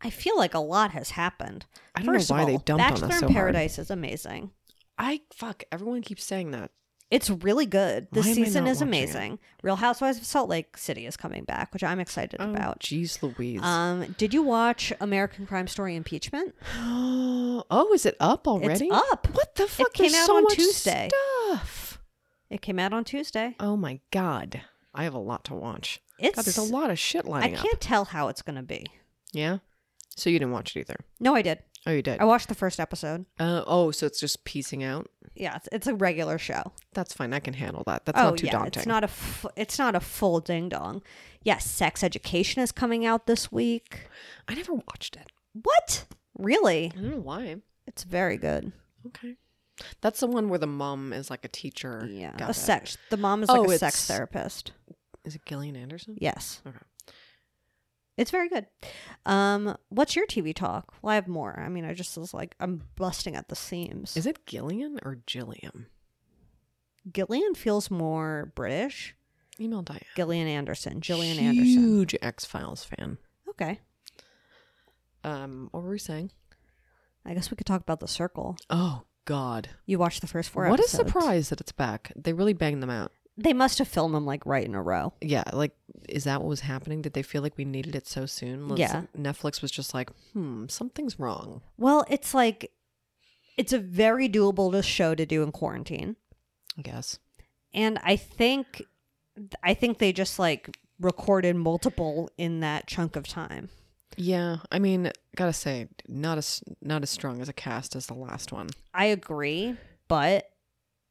[SPEAKER 3] i feel like a lot has happened
[SPEAKER 2] I don't know
[SPEAKER 3] First of
[SPEAKER 2] why they
[SPEAKER 3] all,
[SPEAKER 2] dumped on us
[SPEAKER 3] Bachelor
[SPEAKER 2] so hard.
[SPEAKER 3] in Paradise is amazing.
[SPEAKER 2] I fuck. Everyone keeps saying that.
[SPEAKER 3] It's really good. The
[SPEAKER 2] Why am I
[SPEAKER 3] season
[SPEAKER 2] not
[SPEAKER 3] is
[SPEAKER 2] watching it?
[SPEAKER 3] amazing. Real Housewives of Salt Lake City is coming back, which I'm excited
[SPEAKER 2] Oh,
[SPEAKER 3] about.
[SPEAKER 2] jeez, Louise.
[SPEAKER 3] Um, did you watch American Crime Story Impeachment?
[SPEAKER 2] *gasps* oh, is it up already?
[SPEAKER 3] up.
[SPEAKER 2] What the
[SPEAKER 3] It
[SPEAKER 2] fuck?
[SPEAKER 3] came
[SPEAKER 2] There's
[SPEAKER 3] out
[SPEAKER 2] so
[SPEAKER 3] on
[SPEAKER 2] much
[SPEAKER 3] Tuesday.
[SPEAKER 2] Stuff.
[SPEAKER 3] It came out on Tuesday.
[SPEAKER 2] Oh my god, I have a lot to watch.
[SPEAKER 3] It's
[SPEAKER 2] God, there's a lot of shit
[SPEAKER 3] I
[SPEAKER 2] lining
[SPEAKER 3] can't
[SPEAKER 2] up.
[SPEAKER 3] tell how it's going to be.
[SPEAKER 2] Yeah. So you didn't watch it either.
[SPEAKER 3] No, I did.
[SPEAKER 2] Oh, you did.
[SPEAKER 3] I watched the first episode.
[SPEAKER 2] uh, oh, so it's just piecing out.
[SPEAKER 3] Yeah, it's, it's a regular show.
[SPEAKER 2] That's fine. I can handle that. That's
[SPEAKER 3] oh
[SPEAKER 2] not too
[SPEAKER 3] yeah,
[SPEAKER 2] daunting.
[SPEAKER 3] it's not a f- it's not a full ding dong. Yes, Sex Education is coming out this week.
[SPEAKER 2] I never watched it.
[SPEAKER 3] What? Really?
[SPEAKER 2] I don't know why.
[SPEAKER 3] It's very good.
[SPEAKER 2] Okay. That's the one where the mom is like a teacher.
[SPEAKER 3] Yeah,
[SPEAKER 2] Got
[SPEAKER 3] a
[SPEAKER 2] it.
[SPEAKER 3] sex. The mom is
[SPEAKER 2] Oh,
[SPEAKER 3] like a
[SPEAKER 2] it's-
[SPEAKER 3] sex therapist.
[SPEAKER 2] Is it Gillian Anderson?
[SPEAKER 3] Yes,
[SPEAKER 2] Okay.
[SPEAKER 3] it's very good. Um, what's your TV talk? Well, I have more. I mean, I just was like, I'm busting at the seams.
[SPEAKER 2] Is it Gillian or Gilliam?
[SPEAKER 3] Gillian feels more British.
[SPEAKER 2] Email Diane.
[SPEAKER 3] Gillian Anderson, Gillian
[SPEAKER 2] Huge
[SPEAKER 3] Anderson.
[SPEAKER 2] Huge X Files fan.
[SPEAKER 3] Okay,
[SPEAKER 2] Um, what were we saying?
[SPEAKER 3] I guess we could talk about the Circle.
[SPEAKER 2] Oh God!
[SPEAKER 3] You watched the first four.
[SPEAKER 2] what a
[SPEAKER 3] episodes.
[SPEAKER 2] surprise that it's back. They really banged them out.
[SPEAKER 3] They must have filmed them like right in a row.
[SPEAKER 2] Yeah, like is that what was happening? Did they feel like we needed it so soon?
[SPEAKER 3] Yeah.
[SPEAKER 2] Netflix was just like, hmm, something's wrong.
[SPEAKER 3] Well, it's like, it's a very doable to show to do in quarantine.
[SPEAKER 2] I guess.
[SPEAKER 3] and i think i think they just like recorded multiple in that chunk of time
[SPEAKER 2] Yeah, I mean, gotta say, not as not as strong as a cast as the last one.
[SPEAKER 3] i agree but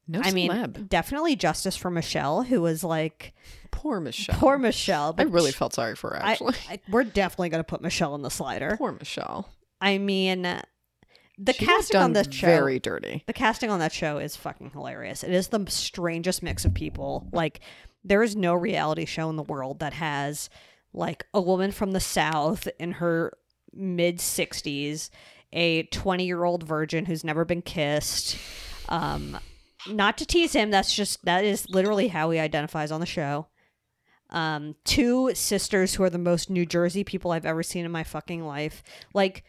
[SPEAKER 2] No
[SPEAKER 3] i mean
[SPEAKER 2] celeb.
[SPEAKER 3] definitely justice for michelle who was like
[SPEAKER 2] poor Michelle.
[SPEAKER 3] poor michelle
[SPEAKER 2] I
[SPEAKER 3] but
[SPEAKER 2] really
[SPEAKER 3] sh-
[SPEAKER 2] felt sorry for her.
[SPEAKER 3] I- *laughs*
[SPEAKER 2] Actually,
[SPEAKER 3] I- we're definitely gonna put michelle in the slider
[SPEAKER 2] poor Michelle.
[SPEAKER 3] i mean uh, the
[SPEAKER 2] She got
[SPEAKER 3] casting
[SPEAKER 2] done
[SPEAKER 3] on this show
[SPEAKER 2] very dirty.
[SPEAKER 3] the casting on that show is fucking hilarious it is the strangest mix of people like there is no reality show in the world that has like a woman from the south in her mid 60s a 20 year old virgin who's never been kissed um not to tease him that's just that is literally how he identifies on the show um two sisters who are the most new jersey people i've ever seen in my fucking life like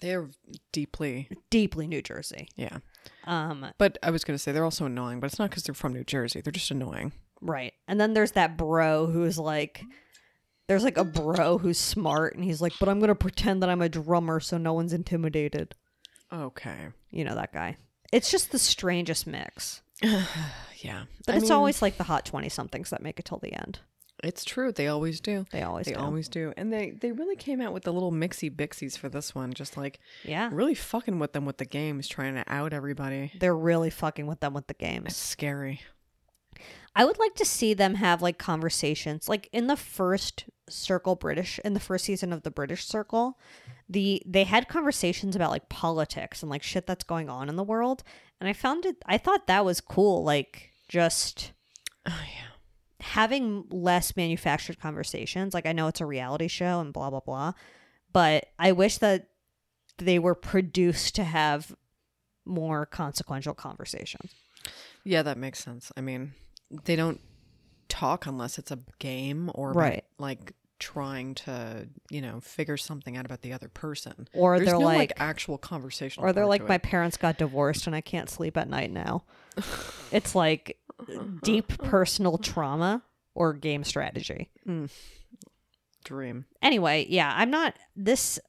[SPEAKER 2] They're deeply,
[SPEAKER 3] deeply new jersey
[SPEAKER 2] yeah.
[SPEAKER 3] um
[SPEAKER 2] But I was gonna say they're also annoying. But it's not because they're from New Jersey. They're just annoying.
[SPEAKER 3] Right. And then there's that bro who's like, there's like a bro who's smart and he's like, but I'm going to pretend that I'm a drummer so no one's intimidated.
[SPEAKER 2] Okay.
[SPEAKER 3] You know, that guy. It's just the strangest mix.
[SPEAKER 2] Yeah.
[SPEAKER 3] But
[SPEAKER 2] I
[SPEAKER 3] it's
[SPEAKER 2] mean,
[SPEAKER 3] always like the hot 20 somethings that make it till the end.
[SPEAKER 2] it's true. They always do.
[SPEAKER 3] They always
[SPEAKER 2] They
[SPEAKER 3] do.
[SPEAKER 2] always do. And they they really came out with the little mixy bixies for this one, just like
[SPEAKER 3] Yeah.
[SPEAKER 2] really fucking with them with the games, trying to out everybody.
[SPEAKER 3] They're really fucking with them with the games.
[SPEAKER 2] It's scary.
[SPEAKER 3] I would like to see them have like conversations. Like in the first circle British in the first season of the British Circle, the they had conversations about like politics and like shit that's going on in the world. And I found it I thought that was cool, like just
[SPEAKER 2] Oh yeah.
[SPEAKER 3] having less manufactured conversations. Like I know it's a reality show and blah blah blah, but I wish that they were produced to have more consequential conversations.
[SPEAKER 2] Yeah, that makes sense. I mean, they don't talk unless it's a game or about,
[SPEAKER 3] Right.
[SPEAKER 2] like trying to, you know, figure something out about the other person.
[SPEAKER 3] Or
[SPEAKER 2] There's
[SPEAKER 3] they're
[SPEAKER 2] no,
[SPEAKER 3] like-
[SPEAKER 2] actual conversation.
[SPEAKER 3] or they're like my parents got divorced and i can't sleep at
[SPEAKER 2] *laughs*
[SPEAKER 3] night now it's like deep personal trauma or game strategy
[SPEAKER 2] Dream.
[SPEAKER 3] Anyway, yeah, I'm not this.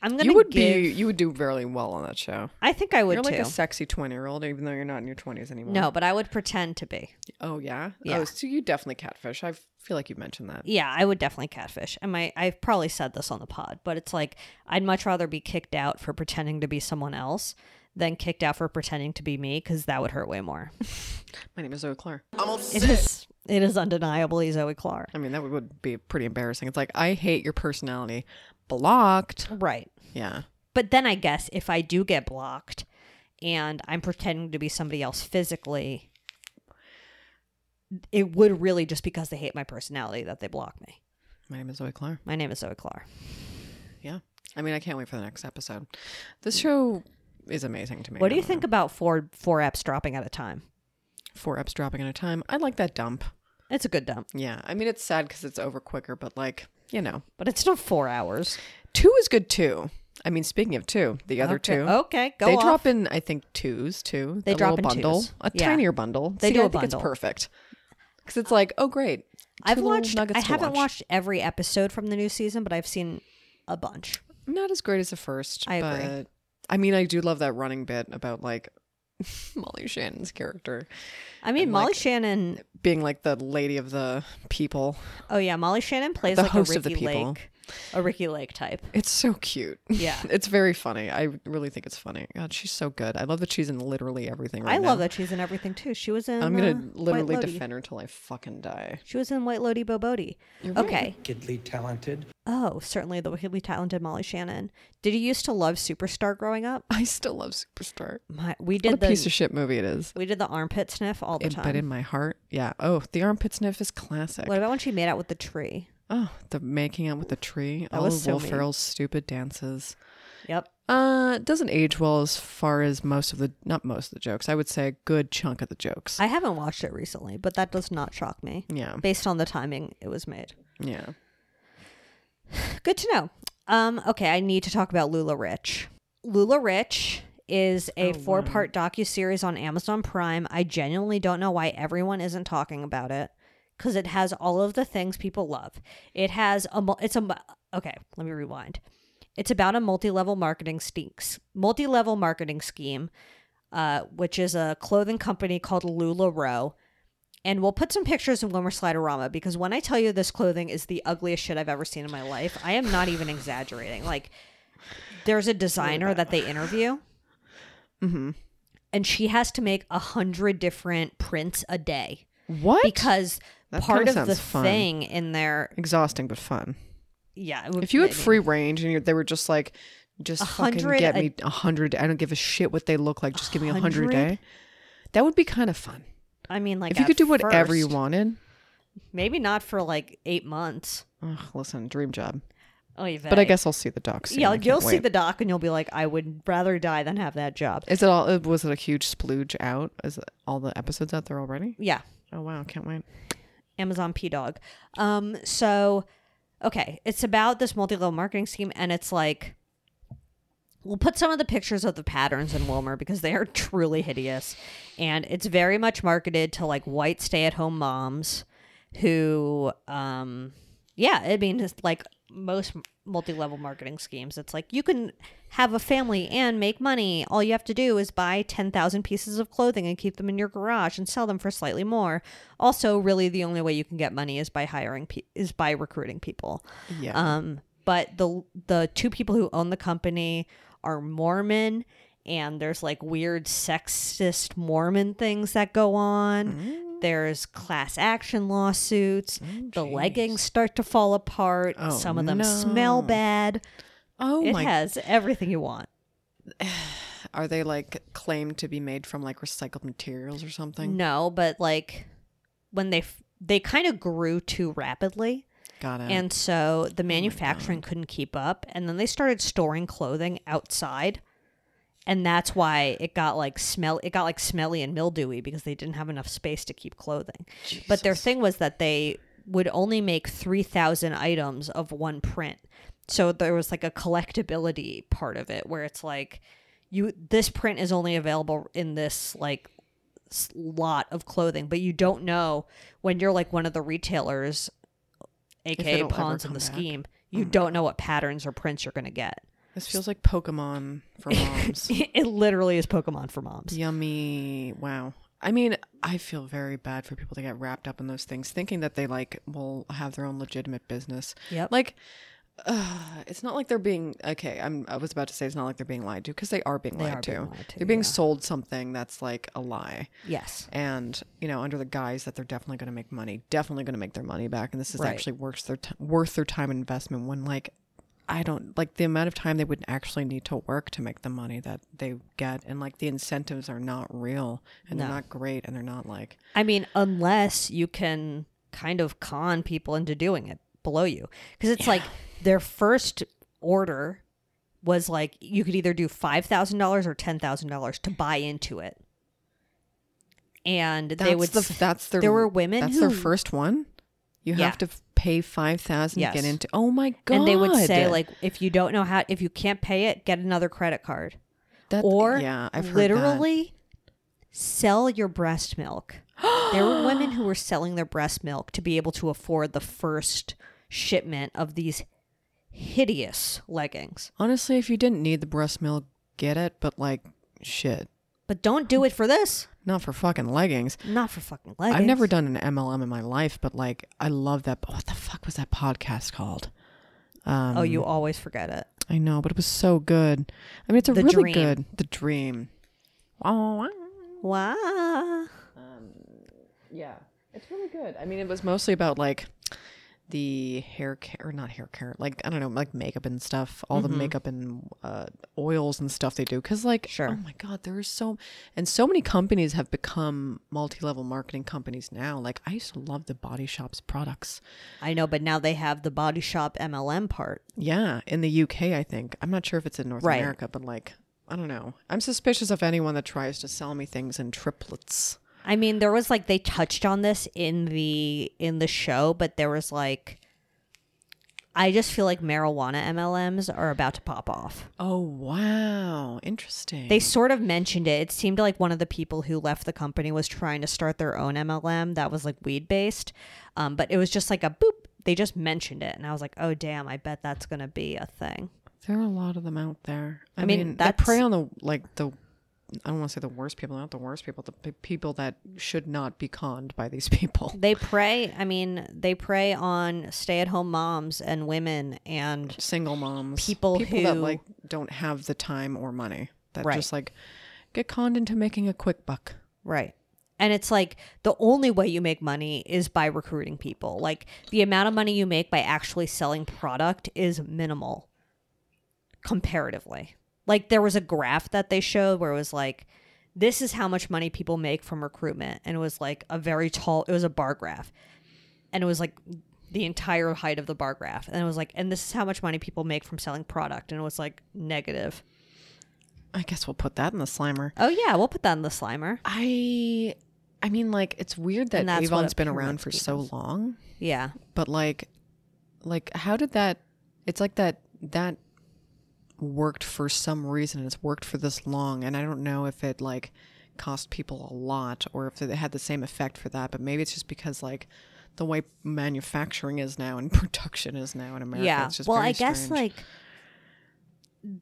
[SPEAKER 3] I'm gonna
[SPEAKER 2] You would
[SPEAKER 3] give.
[SPEAKER 2] be you would do fairly well on that show.
[SPEAKER 3] I think I would
[SPEAKER 2] You're like
[SPEAKER 3] too.
[SPEAKER 2] a sexy twenty year old, even though you're not in your twenties anymore.
[SPEAKER 3] no, but I would pretend to be.
[SPEAKER 2] Oh yeah.
[SPEAKER 3] Yeah.
[SPEAKER 2] Oh, so you definitely catfish. I feel like you mentioned that.
[SPEAKER 3] Yeah, I would definitely catfish. And my I've probably said this on the pod, but it's like I'd much rather be kicked out for pretending to be someone else than kicked out for pretending to be me because that would hurt way more. *laughs*
[SPEAKER 2] My name is Zoe Clark.
[SPEAKER 3] it is it is undeniably Zoe Clark.
[SPEAKER 2] I mean, that would- would be pretty embarrassing. It's like I hate your personality. Blocked.
[SPEAKER 3] Right.
[SPEAKER 2] Yeah.
[SPEAKER 3] But then I guess if I do get blocked and I'm pretending to be somebody else physically, it would really just because they hate my personality that they block me.
[SPEAKER 2] My name is Zoe Clark.
[SPEAKER 3] My name is Zoe Clark.
[SPEAKER 2] Yeah. I mean, I can't wait for the next episode. This show is amazing to me.
[SPEAKER 3] Mm. What
[SPEAKER 2] I
[SPEAKER 3] do you
[SPEAKER 2] don't
[SPEAKER 3] think about four four apps dropping at a time?
[SPEAKER 2] know. Four eps dropping at a time. I like that dump.
[SPEAKER 3] It's a good dump.
[SPEAKER 2] Yeah. I mean, it's sad because it's over quicker, but like, you know,
[SPEAKER 3] But it's still four hours.
[SPEAKER 2] two is good too. I mean, speaking of two, the other
[SPEAKER 3] Okay-
[SPEAKER 2] two.
[SPEAKER 3] okay, go
[SPEAKER 2] They
[SPEAKER 3] off.
[SPEAKER 2] drop in, I think, twos too.
[SPEAKER 3] They
[SPEAKER 2] The
[SPEAKER 3] drop
[SPEAKER 2] little
[SPEAKER 3] in
[SPEAKER 2] bundle,
[SPEAKER 3] twos.
[SPEAKER 2] a
[SPEAKER 3] Yeah.
[SPEAKER 2] tinier bundle.
[SPEAKER 3] They
[SPEAKER 2] See,
[SPEAKER 3] do
[SPEAKER 2] I
[SPEAKER 3] a
[SPEAKER 2] think
[SPEAKER 3] bundle.
[SPEAKER 2] it's perfect because it's like, oh great, i
[SPEAKER 3] I've watched.
[SPEAKER 2] Nuggets
[SPEAKER 3] I
[SPEAKER 2] to
[SPEAKER 3] haven't
[SPEAKER 2] watch.
[SPEAKER 3] watched every episode from the new season, but I've seen a bunch.
[SPEAKER 2] Not as great as the first.
[SPEAKER 3] I
[SPEAKER 2] but,
[SPEAKER 3] agree.
[SPEAKER 2] I mean, I do love that running bit about like *laughs* Molly Shannon's character
[SPEAKER 3] I mean, Molly Shannon.
[SPEAKER 2] being like the lady of the people.
[SPEAKER 3] Oh yeah, Molly Shannon plays
[SPEAKER 2] the
[SPEAKER 3] like
[SPEAKER 2] host
[SPEAKER 3] a
[SPEAKER 2] of the
[SPEAKER 3] Ricky
[SPEAKER 2] people.
[SPEAKER 3] Lake, a Ricky Lake type.
[SPEAKER 2] It's so cute.
[SPEAKER 3] Yeah.
[SPEAKER 2] *laughs* it's very funny. I really think it's funny. God, she's so good. I love that she's in literally everything right
[SPEAKER 3] I love
[SPEAKER 2] now.
[SPEAKER 3] that she's in everything too. She was in.
[SPEAKER 2] I'm
[SPEAKER 3] uh,
[SPEAKER 2] going to literally
[SPEAKER 3] White Lodi.
[SPEAKER 2] defend her till I fucking die.
[SPEAKER 3] She was in White Lodi Bobodi. Okay.
[SPEAKER 6] Wickedly talented.
[SPEAKER 3] Oh, certainly the wickedly talented Molly Shannon. Did you used to love Superstar growing up?
[SPEAKER 2] I still love Superstar.
[SPEAKER 3] My, we
[SPEAKER 2] What a
[SPEAKER 3] did the
[SPEAKER 2] piece of shit movie it is.
[SPEAKER 3] we did the armpit sniff all the
[SPEAKER 2] In-
[SPEAKER 3] time.
[SPEAKER 2] but in my heart, yeah. Oh, the armpit sniff is classic.
[SPEAKER 3] what about when she made out with the tree?
[SPEAKER 2] oh, the making out with the tree.
[SPEAKER 3] That
[SPEAKER 2] all
[SPEAKER 3] was
[SPEAKER 2] of
[SPEAKER 3] so
[SPEAKER 2] Will
[SPEAKER 3] mean.
[SPEAKER 2] Ferrell's stupid dances.
[SPEAKER 3] Yep.
[SPEAKER 2] Uh, it doesn't age well as far as most of the not most of the jokes. I would say a good chunk of the jokes.
[SPEAKER 3] I haven't watched it recently, but that does not shock me.
[SPEAKER 2] yeah,
[SPEAKER 3] based on the timing it was made.
[SPEAKER 2] yeah.
[SPEAKER 3] Good to know. Um, okay, I need to talk about Lula Rich. Lula Rich is a four part docu series on Amazon Prime. I genuinely don't know why everyone isn't talking about it because it has all of the things people love. It has a mul- it's a mu- okay. Let me rewind. It's about a multi level marketing stinks multi level marketing scheme, uh, which is a clothing company called Lula Row. And we'll put some pictures in Wilmer Sliderama because when I tell you this clothing is the ugliest shit I've ever seen in my life, I am not even exaggerating. Like, there's a designer that they interview,
[SPEAKER 2] Mm-hmm.
[SPEAKER 3] and she has to make a hundred different prints a day
[SPEAKER 2] What?
[SPEAKER 3] because
[SPEAKER 2] That
[SPEAKER 3] part
[SPEAKER 2] kinda
[SPEAKER 3] of the
[SPEAKER 2] sounds fun.
[SPEAKER 3] thing in there,
[SPEAKER 2] exhausting but fun.
[SPEAKER 3] yeah. it would-
[SPEAKER 2] If you had
[SPEAKER 3] I mean,
[SPEAKER 2] free range and you they were just like, just
[SPEAKER 3] A
[SPEAKER 2] fucking
[SPEAKER 3] hundred
[SPEAKER 2] get
[SPEAKER 3] a-
[SPEAKER 2] me a hundred. I don't give a shit what they look like. Just give me a hundred a
[SPEAKER 3] hundred?
[SPEAKER 2] day. That would be kind of fun.
[SPEAKER 3] I mean, like
[SPEAKER 2] if you
[SPEAKER 3] at
[SPEAKER 2] could do whatever you
[SPEAKER 3] first,
[SPEAKER 2] wanted.
[SPEAKER 3] maybe not for like eight months.
[SPEAKER 2] Ugh, listen, dream job.
[SPEAKER 3] Oh,
[SPEAKER 2] But I guess I'll see the doc soon.
[SPEAKER 3] yeah,
[SPEAKER 2] I
[SPEAKER 3] you'll
[SPEAKER 2] can't
[SPEAKER 3] see
[SPEAKER 2] wait.
[SPEAKER 3] the doc and you'll be like, I would rather die than have that job.
[SPEAKER 2] Is it all? uh, Was it a huge splooge out? Is it all the episodes out there already?
[SPEAKER 3] Yeah.
[SPEAKER 2] Oh wow, can't wait.
[SPEAKER 3] Amazon P Dog. Um, so okay, it's about this multi-level marketing scheme, and it's like we'll put some of the pictures of the patterns in Wilmer because they are *laughs* truly hideous, and it's very much marketed to like white stay-at-home moms who, um, yeah, I mean, it's like most multi-level marketing schemes, it's like you can have a family and make money. All you have to do is buy 10,000 pieces of clothing and keep them in your garage and sell them for slightly more. Also, really the only way you can get money is by hiring pe- is by recruiting people.
[SPEAKER 2] Yeah.
[SPEAKER 3] Um but the the two people who own the company are Mormon and there's like weird sexist Mormon things that go on.
[SPEAKER 2] Mm.
[SPEAKER 3] There's class action lawsuits. the leggings start to fall apart.
[SPEAKER 2] Oh,
[SPEAKER 3] Some of them smell
[SPEAKER 2] no.
[SPEAKER 3] bad
[SPEAKER 2] Oh
[SPEAKER 3] it
[SPEAKER 2] my!
[SPEAKER 3] has everything you want.
[SPEAKER 2] Are they like claimed to be made from like recycled materials or something?
[SPEAKER 3] No, but like when they f- they kind of grew too rapidly,
[SPEAKER 2] Got it.
[SPEAKER 3] Mm.
[SPEAKER 2] Oh
[SPEAKER 3] and so the manufacturing couldn't keep up, and then they started storing clothing outside, and that's why it got like smell. It got like smelly and mildewy because they didn't have enough space to keep clothing. But their thing was that they would only make three thousand items of one print. So there was like a collectability part of it where it's like you this print is only available in this like s- lot of clothing, but you don't know when you're like one of the retailers aka
[SPEAKER 2] it'll ever
[SPEAKER 3] pawns in
[SPEAKER 2] come
[SPEAKER 3] the
[SPEAKER 2] back. Oh
[SPEAKER 3] scheme, you don't know what patterns or prints you're going to get. *laughs*
[SPEAKER 2] This feels like Pokemon for moms.
[SPEAKER 3] it literally is Pokemon for moms.
[SPEAKER 2] Yummy. Wow. I mean, I feel very bad for people that get wrapped up in those things, thinking that they like will have their own legitimate business.
[SPEAKER 3] Yep.
[SPEAKER 2] Like, uh, it's not like they're being okay. I'm. I was about to say it's not like they're being lied to because they are being lied
[SPEAKER 3] are
[SPEAKER 2] to.
[SPEAKER 3] being lied to,
[SPEAKER 2] They're being
[SPEAKER 3] yeah.
[SPEAKER 2] sold something that's like a lie.
[SPEAKER 3] Yes.
[SPEAKER 2] And you know, under the guise that they're definitely going to make money, definitely going to make their money back, and this is
[SPEAKER 3] Right.
[SPEAKER 2] actually worth their t- worth their time and investment. When like, I don't like the amount of time they would actually need to work to make the money that they get, and like the incentives are not real, and they're not great, and they're not like
[SPEAKER 3] I mean, unless you can kind of con people into doing it below you. Because it's like their first order was like you could either do $5,000 or $10,000 to buy into it. And
[SPEAKER 2] that's
[SPEAKER 3] they would.
[SPEAKER 2] the
[SPEAKER 3] s-
[SPEAKER 2] that's their
[SPEAKER 3] there were women
[SPEAKER 2] that's
[SPEAKER 3] who,
[SPEAKER 2] their first one. You
[SPEAKER 3] Yeah.
[SPEAKER 2] have to f- pay five thousand to
[SPEAKER 3] Yes.
[SPEAKER 2] get into. Oh my god!
[SPEAKER 3] And they would say like, if you don't know how, if you can't pay it, get another credit card,
[SPEAKER 2] That-
[SPEAKER 3] or
[SPEAKER 2] yeah, I've heard that.
[SPEAKER 3] literally sell your
[SPEAKER 2] *gasps*
[SPEAKER 3] breast milk. there were women who were selling their breast milk to be able to afford the first shipment of these hideous leggings.
[SPEAKER 2] Honestly, if you didn't need the breast milk, get it. But like, shit,
[SPEAKER 3] But don't do it for this.
[SPEAKER 2] not for fucking leggings.
[SPEAKER 3] Not for fucking leggings.
[SPEAKER 2] I've never done an MLM in my life, but like, I love that. What the fuck was that podcast called? Um,
[SPEAKER 3] Oh, you always forget it.
[SPEAKER 2] I know, but it was so good. I mean, it's a
[SPEAKER 3] The
[SPEAKER 2] really
[SPEAKER 3] Dream.
[SPEAKER 2] good. The dream. Oh, wow.
[SPEAKER 3] Wow.
[SPEAKER 2] yeah, it's really good. I mean, it was mostly about like the hair care, or not hair care, like I don't know, like makeup and stuff, all the makeup and uh, oils and stuff they do. Because like,
[SPEAKER 3] Sure.
[SPEAKER 2] oh my god, there is so and so many companies have become multi-level marketing companies now. Like I used to love the Body Shop's products.
[SPEAKER 3] I know, but now they have the body shop MLM part.
[SPEAKER 2] Yeah, in the UK, I think I'm not sure if it's in North
[SPEAKER 3] Right.
[SPEAKER 2] America, but like. I don't know. I'm suspicious of anyone that tries to sell me things in triplets.
[SPEAKER 3] I mean, there was like they touched on this in the in the show, but there was like I just feel like marijuana MLMs are about to pop off.
[SPEAKER 2] Oh wow, interesting.
[SPEAKER 3] They sort of mentioned it. It seemed like one of the people who left the company was trying to start their own MLM that was like weed based, um, but it was just like a boop. They just mentioned it, and I was like, "Oh damn! I bet that's gonna be a thing."
[SPEAKER 2] There are a lot of them out there. I,
[SPEAKER 3] I mean,
[SPEAKER 2] mean, that
[SPEAKER 3] that's-
[SPEAKER 2] prey on the like the. I don't want to say the worst people, not the worst people, the pe- people that should not be conned by these *laughs* people.
[SPEAKER 3] They prey. I mean, they prey on stay-at-home moms and women, and
[SPEAKER 2] Single moms,
[SPEAKER 3] People
[SPEAKER 2] that
[SPEAKER 3] who-
[SPEAKER 2] like don't have the time or money that
[SPEAKER 3] Right.
[SPEAKER 2] just like get conned into making a quick buck.
[SPEAKER 3] Right. And it's like the only way you make money is by recruiting people. Like the amount of money you make by actually selling product is minimal comparatively. Like there was a graph that they showed where it was like, this is how much money people make from recruitment. And it was like a very tall, it was a bar graph. And it was like the entire height of the bar graph. And it was like, and this is how much money people make from selling product. And it was like negative.
[SPEAKER 2] I guess we'll put that in the slimer.
[SPEAKER 3] Oh, yeah, we'll put that in the Slimer.
[SPEAKER 2] I, I mean, like it's weird that
[SPEAKER 3] And that's what
[SPEAKER 2] Avon's
[SPEAKER 3] a
[SPEAKER 2] been
[SPEAKER 3] pyramid
[SPEAKER 2] around for
[SPEAKER 3] scheme
[SPEAKER 2] so
[SPEAKER 3] is.
[SPEAKER 2] long.
[SPEAKER 3] Yeah.
[SPEAKER 2] but like like how did that it's like that that worked for some reason and it's worked for this long and i don't know if it like cost people a lot or if it had the same effect for that but maybe it's just because like the way manufacturing is now and *laughs* production is now in america it's just
[SPEAKER 3] well,
[SPEAKER 2] very
[SPEAKER 3] I guess
[SPEAKER 2] strange.
[SPEAKER 3] like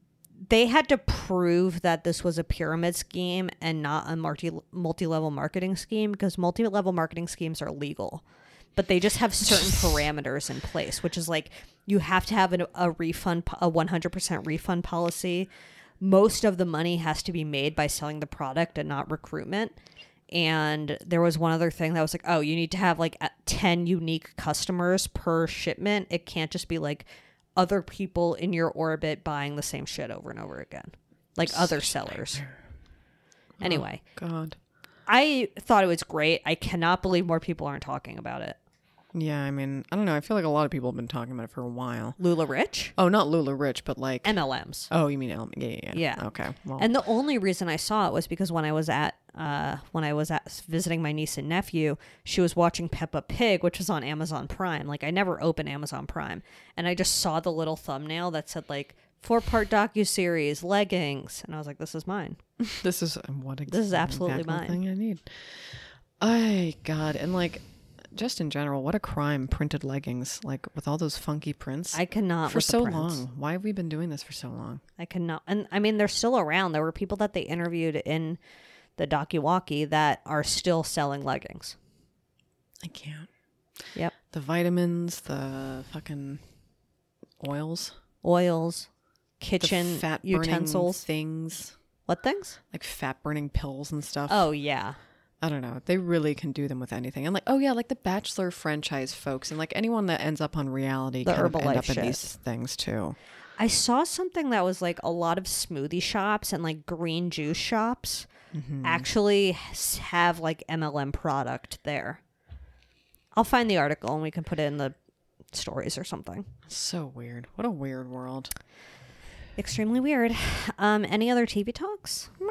[SPEAKER 3] they had to prove that this was a pyramid scheme and not a multi multi level marketing scheme because multi level marketing schemes are legal, but they just have certain parameters in place, which is like you have to have an, a refund, po- a one hundred percent refund policy. Most of the money has to be made by selling the product and not recruitment. And there was one other thing that was like, oh, you need to have like a- 10 unique customers per shipment. It can't just be like other people in your orbit buying the same shit over and over again, like other sellers. Anyway,
[SPEAKER 2] god
[SPEAKER 3] I thought it was great. I cannot believe more people aren't talking about it.
[SPEAKER 2] yeah i mean i don't know i feel like a lot of people have been talking about it for a while
[SPEAKER 3] Lula Rich,
[SPEAKER 2] oh not lula rich but like
[SPEAKER 3] MLMs.
[SPEAKER 2] oh you mean El- yeah, yeah yeah
[SPEAKER 3] Yeah.
[SPEAKER 2] okay well
[SPEAKER 3] And the only reason I saw it was because when I was at uh, when I was at visiting my niece and nephew, she was watching Peppa Pig, which was on Amazon Prime. Like I never open Amazon Prime, and I just saw the little thumbnail that said like four part docu series leggings, and I was like, this is mine.
[SPEAKER 2] This is what
[SPEAKER 3] is absolutely
[SPEAKER 2] exact
[SPEAKER 3] mine.
[SPEAKER 2] thing I need. I God, and like just in general, what a crime printed leggings like with all those funky prints.
[SPEAKER 3] I cannot
[SPEAKER 2] for
[SPEAKER 3] with the
[SPEAKER 2] so
[SPEAKER 3] prints.
[SPEAKER 2] long. Why have we been doing this for so long?
[SPEAKER 3] I cannot. And I mean, they're still around. There were people that they interviewed in the docuwalkie that are still selling leggings.
[SPEAKER 2] I can't.
[SPEAKER 3] Yep.
[SPEAKER 2] The vitamins, the fucking oils,
[SPEAKER 3] Oils,
[SPEAKER 2] the
[SPEAKER 3] kitchen
[SPEAKER 2] fat
[SPEAKER 3] utensils.
[SPEAKER 2] things,
[SPEAKER 3] What things?
[SPEAKER 2] like fat burning pills and stuff.
[SPEAKER 3] Oh, yeah.
[SPEAKER 2] I don't know. They really can do them with anything. And like, oh yeah, like the Bachelor franchise folks, and like anyone that ends up on reality
[SPEAKER 3] The
[SPEAKER 2] can end
[SPEAKER 3] Herbalife
[SPEAKER 2] up in
[SPEAKER 3] shit.
[SPEAKER 2] these things too.
[SPEAKER 3] I saw something that was like a lot of smoothie shops and like green juice shops actually s- have like MLM product there. I'll find the article and we can put it in the stories or something.
[SPEAKER 2] So weird. What a weird world.
[SPEAKER 3] Extremely weird. Um, any other TV talks?
[SPEAKER 2] Hmm.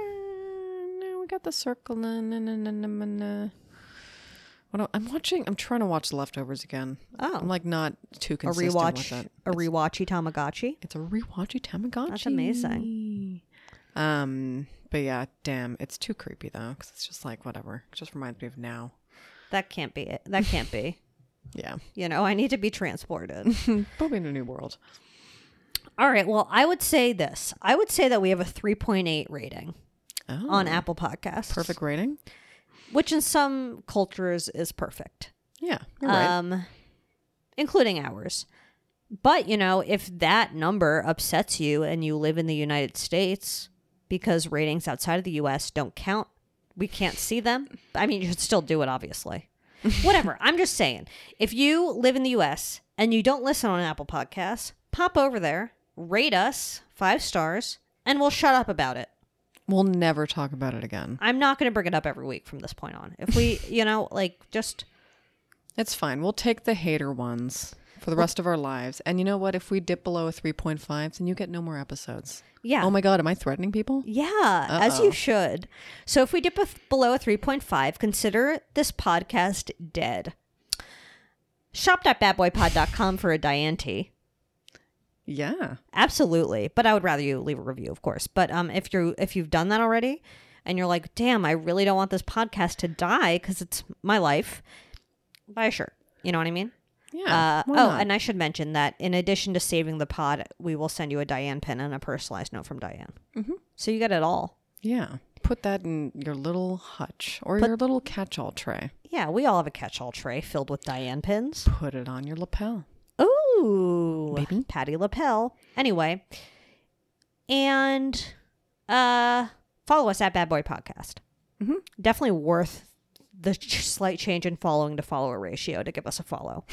[SPEAKER 2] No, we got the circle. Na, na, na, na, na, na, na. What am- I'm watching. I'm trying to watch The Leftovers again.
[SPEAKER 3] Oh.
[SPEAKER 2] I'm like not too
[SPEAKER 3] a
[SPEAKER 2] consistent
[SPEAKER 3] rewatch,
[SPEAKER 2] with it.
[SPEAKER 3] a rewatchy Tamagotchi.
[SPEAKER 2] It's a rewatchy Tamagotchi.
[SPEAKER 3] That's amazing.
[SPEAKER 2] Um, but yeah, damn, it's too creepy though, because it's just like whatever. It just reminds me of now.
[SPEAKER 3] That can't be it. That can't be.
[SPEAKER 2] Yeah,
[SPEAKER 3] You know, I need to be transported.
[SPEAKER 2] probably in a new world.
[SPEAKER 3] All right. Well, I would say this. I would say that we have a 3.8 rating
[SPEAKER 2] Oh,
[SPEAKER 3] on Apple Podcasts.
[SPEAKER 2] perfect rating.
[SPEAKER 3] Which in some cultures is perfect.
[SPEAKER 2] Yeah, you're right.
[SPEAKER 3] Um including ours. But, you know, if that number upsets you and you live in the United States because ratings outside of the US don't count, we can't see them. I mean, you should still do it obviously.
[SPEAKER 2] *laughs*
[SPEAKER 3] Whatever. I'm just saying. If you live in the US and you don't listen on Apple Podcasts, pop over there, rate us 5 stars, and we'll shut up about it.
[SPEAKER 2] we'll never talk about it again.
[SPEAKER 3] I'm not going to bring it up every week from this point on. If we, you know, like just
[SPEAKER 2] It's fine. We'll take the hater ones for the rest of our lives. And you know what? If we dip below a 3.5, then you get no more episodes.
[SPEAKER 3] yeah.
[SPEAKER 2] Oh my God, am I threatening people?
[SPEAKER 3] Yeah, as
[SPEAKER 2] Uh-oh.
[SPEAKER 3] you should. So if we dip a th- below a 3.5, consider this podcast dead. Shop.badboypod.com for a Diane tea.
[SPEAKER 2] Yeah.
[SPEAKER 3] Absolutely. But I would rather you leave a review, of course. But um, if you're if you've done that already and you're like, damn, I really don't want this podcast to die because it's my life, buy a shirt. You know what I mean?
[SPEAKER 2] Yeah.
[SPEAKER 3] uh, oh,
[SPEAKER 2] why not?
[SPEAKER 3] and I should mention that in addition to saving the pod, we will send you a Diane pin and a personalized note from Diane. Mm-hmm. So you get it all.
[SPEAKER 2] yeah. Put that in your little hutch or your little catch all tray.
[SPEAKER 3] Yeah, we all have a catch-all tray filled with Diane pins.
[SPEAKER 2] Put it on your lapel.
[SPEAKER 3] Ooh, Patty lapel. Anyway, and uh, follow us at Bad Boy Podcast. Definitely worth the ch- slight change in following to follower ratio to give us a follow.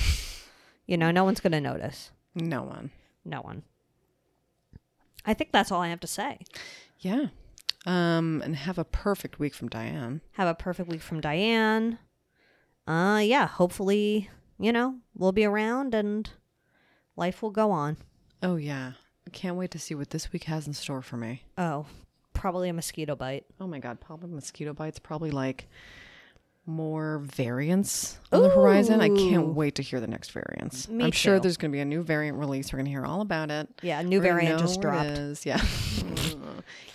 [SPEAKER 3] you know, no one's gonna notice.
[SPEAKER 2] No one.
[SPEAKER 3] No one. I think that's all I have to say.
[SPEAKER 2] Yeah. Um, and have a perfect week from Diane.
[SPEAKER 3] Have a perfect week from Diane. Uh, yeah. Hopefully, you know, we'll be around and life will go on.
[SPEAKER 2] Oh, yeah. I can't wait to see what this week has in store for me.
[SPEAKER 3] Oh, probably a mosquito bite.
[SPEAKER 2] Oh my god, probably mosquito bites, probably like more variants on the horizon. I can't
[SPEAKER 3] Ooh.
[SPEAKER 2] wait to hear the next variants.
[SPEAKER 3] Me
[SPEAKER 2] I'm sure
[SPEAKER 3] too.
[SPEAKER 2] there's going to be a new variant release. We're going to hear all about it.
[SPEAKER 3] Yeah, a new
[SPEAKER 2] We're gonna
[SPEAKER 3] variant
[SPEAKER 2] know
[SPEAKER 3] just
[SPEAKER 2] where it
[SPEAKER 3] dropped.
[SPEAKER 2] is. Yeah. *laughs*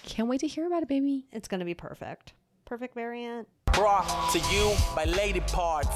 [SPEAKER 2] can't wait to hear about it, baby.
[SPEAKER 3] It's going to be perfect. Perfect variant.
[SPEAKER 1] Brought to you by Lady Parts.